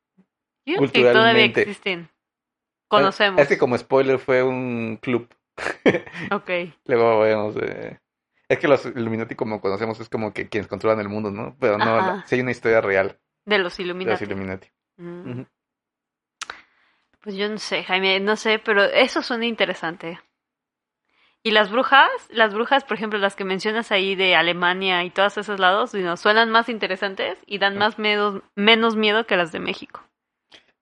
B: yo creo que todavía
A: culturalmente.
B: existen.
A: Bueno,
B: Conocemos.
A: Es que Este como spoiler fue un club.
B: Ok.
A: Luego vemos. eh, Es que los Illuminati como conocemos es como que quienes controlan el mundo, ¿no? Pero no,
B: Ajá.
A: la- sí hay una historia real.
B: De los
A: de los
B: Illuminati.
A: Illuminati.
B: Mm.
A: Ujú.
B: Pues yo no sé, Jaime, no sé, pero eso suena interesante. Y las brujas, las brujas, por ejemplo, las que mencionas ahí de Alemania y todos esos lados, no, suenan más interesantes y
A: Ah.
B: dan más miedo, menos miedo que las de México.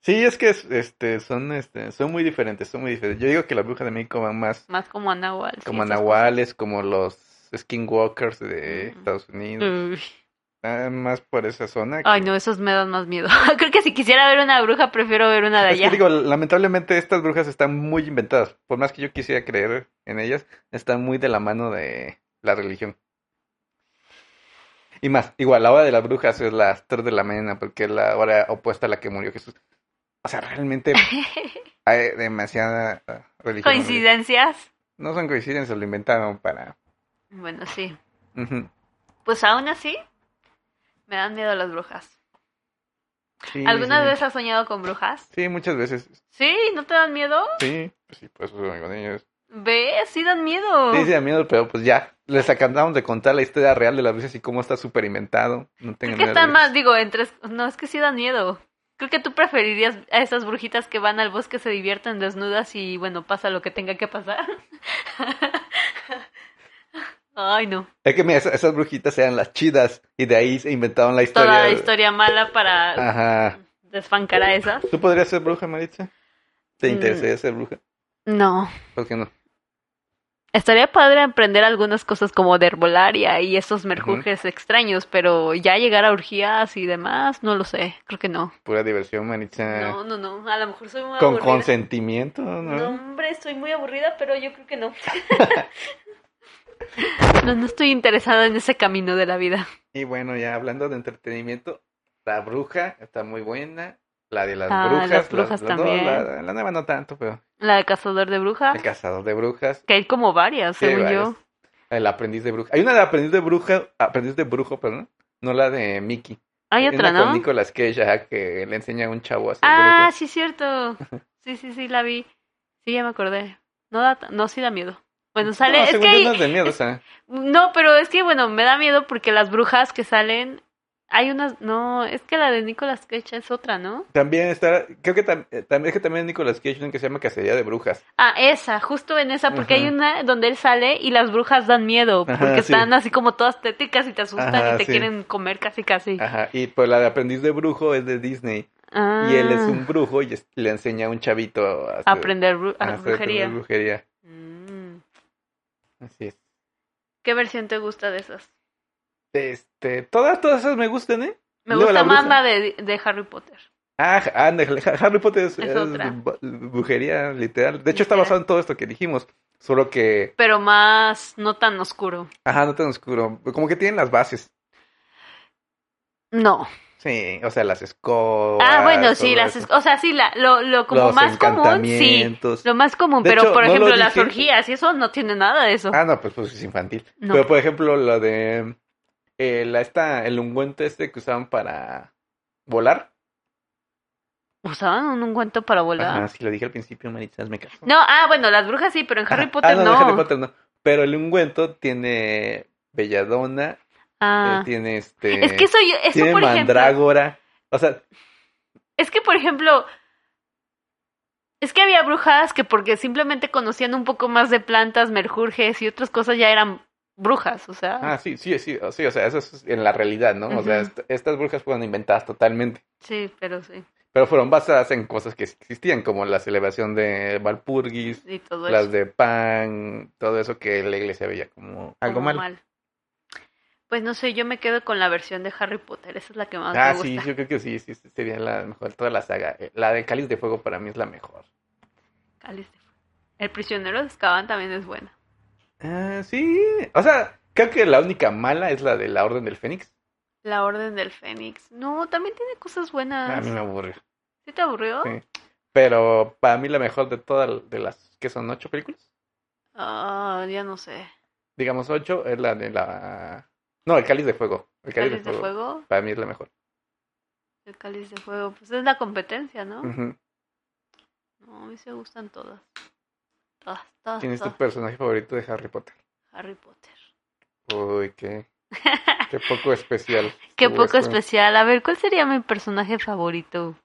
A: Sí, es que es- este, son, este, son muy diferentes, son muy diferentes. Yo digo que las brujas de México van más
B: Más como Anahual. sí,
A: como
B: esas
A: nahuales, como los skinwalkers de
B: Ujú.
A: Estados
B: cosas.
A: Unidos,
B: Uy.
A: Ah, más por esa zona.
B: Ay,
A: que-
B: no, esos me dan más miedo. Creo que si quisiera ver una bruja, prefiero ver una de
A: Es que
B: allá.
A: digo, lamentablemente estas brujas están muy inventadas. Por más que yo quisiera creer en ellas, están muy de la mano de la religión. Y más, igual la hora de las brujas es las 3 de la mañana porque es la hora opuesta a la que murió Jesús. O sea, realmente hay demasiada eh, religión.
B: Coincidencias.
A: No son coincidencias, lo inventaron para...
B: Bueno, sí.
A: Ujú.
B: Pues aún así, me dan miedo las brujas.
A: Sí,
B: ¿Alguna
A: sí.
B: vez has soñado con brujas?
A: Sí, muchas veces.
B: Sí, ¿no te dan miedo?
A: Sí, pues sí, pues con ellos.
B: Ve, sí dan miedo.
A: Sí, sí, da miedo, pero pues ya. Les acabamos de contar la historia real de las brujas y cómo está súper inventado. No
B: Creo
A: tengan
B: que
A: miedo
B: están
A: de-
B: más, digo, entre... No, es que sí dan miedo. Creo que tú preferirías a esas brujitas que van al bosque, se divierten desnudas y, bueno, pasa lo que tenga que pasar. Ay, no.
A: Es que mira, esa- esas brujitas eran las chidas y de ahí se inventaron la historia.
B: Toda la historia mala para
A: Ajá.
B: desfancar a esas.
A: ¿Tú podrías ser bruja, Maritza? ¿Te
B: Mm.
A: interesaría ser bruja?
B: No.
A: ¿Por qué no?
B: Estaría padre aprender algunas cosas como de herbolaria y esos merjujes extraños, pero ya llegar a orgías y demás, no lo sé. Creo que no.
A: Pura diversión, Maritza.
B: No, no, no. A lo mejor soy muy
A: Eh. Con
B: aburrida.
A: consentimiento, ¿no?
B: No, hombre, estoy muy aburrida, pero yo creo que no. no, no estoy interesada en ese camino de la vida.
A: Y bueno, ya hablando de entretenimiento, la bruja está muy buena. La de las
B: Ah,
A: brujas.
B: las
A: las
B: brujas
A: dos,
B: también. Ah.
A: la, la nueva no tanto, pero
B: La de cazador de brujas,
A: el cazador de brujas.
B: que hay como varias,
A: Sí,
B: según
A: varias.
B: yo.
A: El aprendiz de bruja. Hay una de aprendiz de bruja, aprendiz de brujo, perdón. No la de Mickey.
B: Hay otra,
A: una con
B: ¿no?
A: Nicolas Cage, ajá, que le enseña a un chavo a ser
B: Ah,
A: brujo.
B: sí, cierto. Sí, sí, sí, la vi. Sí, ya me acordé. No, da, ta- no sí da miedo. Bueno, sale.
A: No,
B: es
A: según
B: que
A: yo
B: hay-
A: no es de miedo, o sea.
B: No, pero es que bueno, me da miedo porque las brujas que salen, hay unas, no, es que la de Nicolas Cage es otra, ¿no?
A: También está, creo que tam- eh, también es que también Nicolas Cage una que se llama Cacería de Brujas.
B: Ah, esa, justo en esa, porque hay
A: Ajá.
B: una donde él sale y las brujas dan miedo,
A: Ajá,
B: porque
A: sí.
B: están así como todas téticas y te asustan
A: Ajá,
B: y te
A: sí.
B: quieren comer casi casi.
A: Ajá, y pues la de aprendiz de brujo es de Disney.
B: Ah,
A: Y él es un brujo y es- le enseña a un chavito a hacer-
B: aprender bru-
A: a
B: a
A: hacer
B: brujería.
A: brujería.
B: Mm.
A: Así es.
B: ¿Qué versión te gusta de esas?
A: Este, todas, todas esas me gustan, ¿eh?
B: Me
A: Luego la
B: gusta más
A: bruja.
B: la de, de Harry Potter.
A: Ah, ja- ándale, ja- Harry Potter es,
B: Es
A: es
B: otra.
A: bu- brujería literal. De hecho, está
B: Literal.
A: basado en todo esto que dijimos. Solo que,
B: Pero más no tan oscuro.
A: ajá, no tan oscuro. Como que tienen las bases.
B: No.
A: Sí, o sea, las escobas.
B: Ah, bueno, sí,
A: todo
B: las,
A: Oh, eso.
B: es- o sea, sí, la, lo, lo como
A: Los
B: más común, sí,
A: encantamientos.
B: lo más común,
A: De
B: pero
A: hecho,
B: por
A: no lo
B: ejemplo las
A: dije.
B: orgías y eso no tiene nada de eso.
A: Ah, no, pues, pues es infantil.
B: No.
A: Pero por ejemplo, la de eh, la esta, el ungüento este que usaban para volar.
B: Usaban un ungüento para volar.
A: Ajá, sí lo dije al principio, Maritza, me caso.
B: No, ah, bueno, las brujas sí, pero en Harry
A: Ajá.
B: Potter
A: ah, no,
B: no.
A: de Harry Potter no. Pero el ungüento tiene belladona, eh,
B: Ah.
A: tiene este
B: es que eso, yo- eso
A: tiene
B: por ejemplo,
A: mandrágora. O sea,
B: es que por ejemplo es que había brujas que porque simplemente conocían un poco más de plantas, merjurjes y otras cosas ya eran brujas, o sea,
A: ah, sí, sí, sí, o- sí, o sea, eso es en la realidad, ¿no? O sea,
B: Ujú.
A: est- estas brujas fueron inventadas totalmente,
B: sí, pero sí,
A: pero fueron basadas en cosas que existían, como la celebración de Valpurgis,
B: y todo eso.
A: las de pan, todo eso que la iglesia veía como algo
B: como
A: mal.
B: Pues no sé, yo me quedo con la versión de Harry Potter, esa es la que más
A: Ah,
B: me
A: sí,
B: gusta.
A: yo creo que sí, sí, sí, sería la mejor, toda la saga. Eh, La de Cáliz de Fuego para mí es la mejor.
B: Cáliz de Fuego. El prisionero de Azkaban también es buena.
A: Ah, sí, o sea, creo que la única mala es la de la Orden del Fénix.
B: La Orden del Fénix. No, también tiene cosas
A: A
B: buenas.
A: mí me aburre.
B: ¿Sí te aburrió?
A: Sí. Pero para mí la mejor de todas, de las que son ocho películas,
B: Ah, ya no sé.
A: digamos ocho, es la de la... No, el Cáliz de Fuego. El Cáliz, de, fuego. Para mí es la mejor.
B: El Cáliz de Fuego. Pues es la competencia, ¿no?
A: Ujú.
B: No, a mí se gustan todas. Todas, todas, Ah,
A: ¿Quién es tu
B: todas.
A: personaje favorito de Harry Potter?
B: Harry Potter.
A: Uy, qué... Qué poco especial.
B: Qué
A: estuvo
B: poco
A: esto.
B: especial. A ver, ¿cuál sería mi personaje favorito?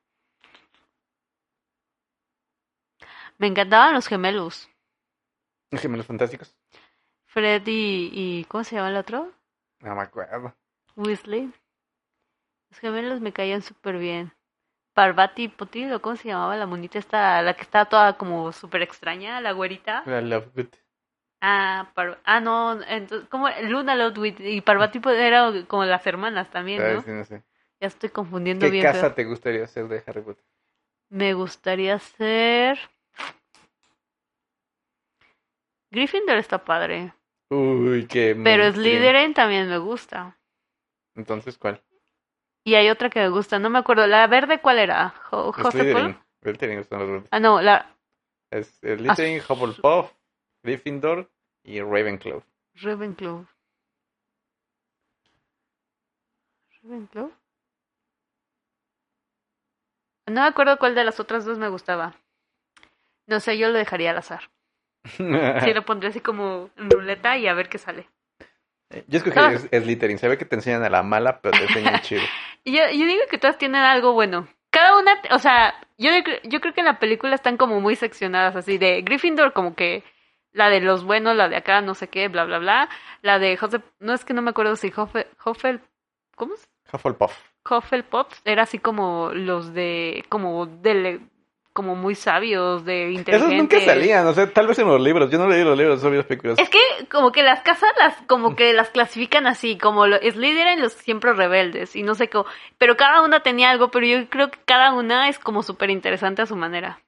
B: Me encantaban los gemelos.
A: Gemelos fantásticos.
B: Fred y, y- ¿Cómo se llama el otro?
A: No me acuerdo.
B: Weasley. Los gemelos me caían súper bien. Parvati Potil, ¿o ¿cómo se llamaba la monita esta? La que estaba toda como súper extraña, la güerita.
A: La Lovegood.
B: Ah, Par- ah no, entonces, ¿cómo? Luna Lovegood y Parvati Pot- era como las hermanas también,
A: Ah,
B: ¿no?
A: sí, no sé.
B: Ya estoy confundiendo
A: ¿Qué
B: bien.
A: casa
B: pero-
A: te gustaría ser de Harry Potter?
B: Me gustaría ser... Gryffindor está padre,
A: Uy, qué.
B: pero
A: monstruo.
B: Slytherin también me gusta.
A: Entonces, ¿cuál?
B: Y hay otra que me gusta, no me acuerdo. ¿La verde cuál era? Jo- ¿Josephine?
A: Slytherin. Slytherin son los verdes.
B: Ah, no, la
A: Es
B: Ah,
A: Slytherin, Hufflepuff, Gryffindor y Ravenclaw.
B: Ravenclaw. ¿Ravenclaw? No me acuerdo cuál de las otras dos me gustaba. No sé, yo lo dejaría al azar. Sí, lo pondré así como en ruleta y a ver qué sale.
A: Eh, Yo escogí
B: Ah.
A: es Slytherin. Se ve que te enseñan a la mala, pero te enseñan chido.
B: Y Yo, yo digo que todas tienen algo bueno. Cada una, o sea, yo, de- yo creo que en la película están como muy seccionadas, así de Gryffindor, como que la de los buenos, la de acá, no sé qué, bla, bla, bla. La de Joseph, no es que no me acuerdo si Hoffel, Hoffel, ¿cómo es?
A: Hufflepuff.
B: Hufflepuff era así como los de, como de, como muy sabios, de
A: Esos
B: inteligentes.
A: nunca salían, o sea, tal vez en los libros. Yo no leí los libros, obvio, especulación.
B: Es que como que las casas las como que las clasifican así, como lo, Slytherin los siempre rebeldes y no sé cómo, pero cada una tenía algo, pero yo creo que cada una es como súper interesante a su manera.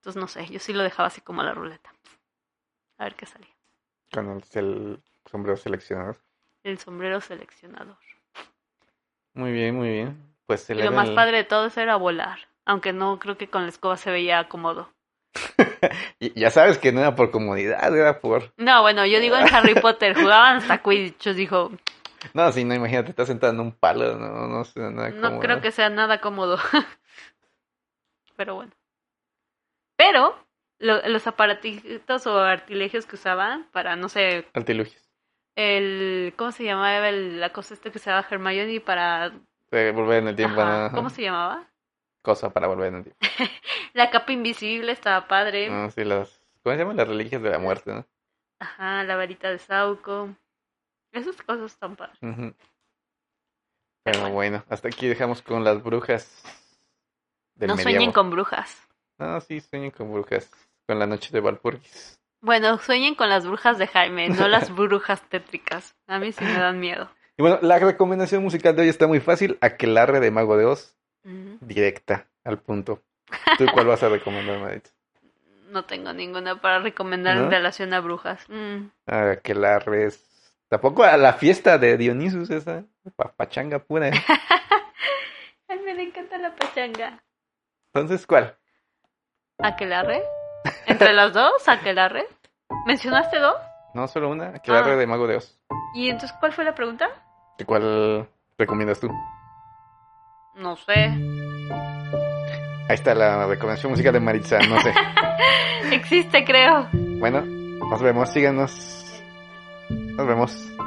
B: Entonces no sé, yo sí lo dejaba así como a la ruleta. A ver qué salía.
A: Con el, el sombrero seleccionado.
B: El sombrero seleccionador.
A: Muy bien, muy bien. Pues se
B: Y
A: le
B: lo
A: da
B: más
A: el-
B: padre de todo eso era volar, aunque no creo que con la escoba se veía cómodo.
A: Y- ya sabes que no era por comodidad, era por.
B: No, bueno, yo digo en Harry Potter jugaban hasta Quidditch, dijo,
A: No, sí, no, imagínate, estás sentado en un palo, no, no sé, nada
B: No
A: cómodo.
B: creo que sea nada cómodo. Pero bueno. Pero lo- los aparatitos o artilegios que usaban para, no sé,
A: Artilugios.
B: el... ¿Cómo se llamaba el- la cosa esta que usaba Hermione para...
A: Eh, Volver en el tiempo,
B: Ajá,
A: ajá.
B: ¿Cómo se llamaba?
A: Cosa para volver en el tiempo.
B: La capa invisible estaba padre.
A: No, sí, las. ¿Cómo se llaman? Las reliquias de la muerte, ¿no?
B: Ajá, la varita de Sauco. Esas cosas están padres.
A: Ujú. Pero bueno, hasta aquí dejamos con las brujas del
B: no sueñen
A: medievo.
B: con brujas.
A: No, sí, sueñen con brujas. Con la noche de Valpurgis.
B: Bueno, sueñen con las brujas de Jaime, no las brujas tétricas. A mí sí me dan miedo.
A: Y bueno, la recomendación musical de hoy está muy fácil. Aquelarre de Mago de Oz,
B: Ujú.
A: directa, al punto. ¿Tú cuál vas a recomendar, Madit?
B: No tengo ninguna para recomendar
A: ¿No?
B: en relación a brujas. Mm.
A: Aquelarre es... Tampoco a la fiesta de Dionisus esa. pa- Pachanga pura.
B: Ay, me encanta la pachanga.
A: Entonces, ¿cuál?
B: ¿Aquelarre? ¿Entre las dos? ¿Aquelarre? ¿Mencionaste dos?
A: No, solo una. Aquelarre
B: Ah.
A: de Mago de Oz.
B: ¿Y entonces cuál fue la pregunta?
A: ¿Y ¿Cuál recomiendas tú?
B: No sé.
A: Ahí está la recomendación musical de Maritza. No sé.
B: Existe, creo.
A: Bueno, nos vemos, síganos. Nos vemos.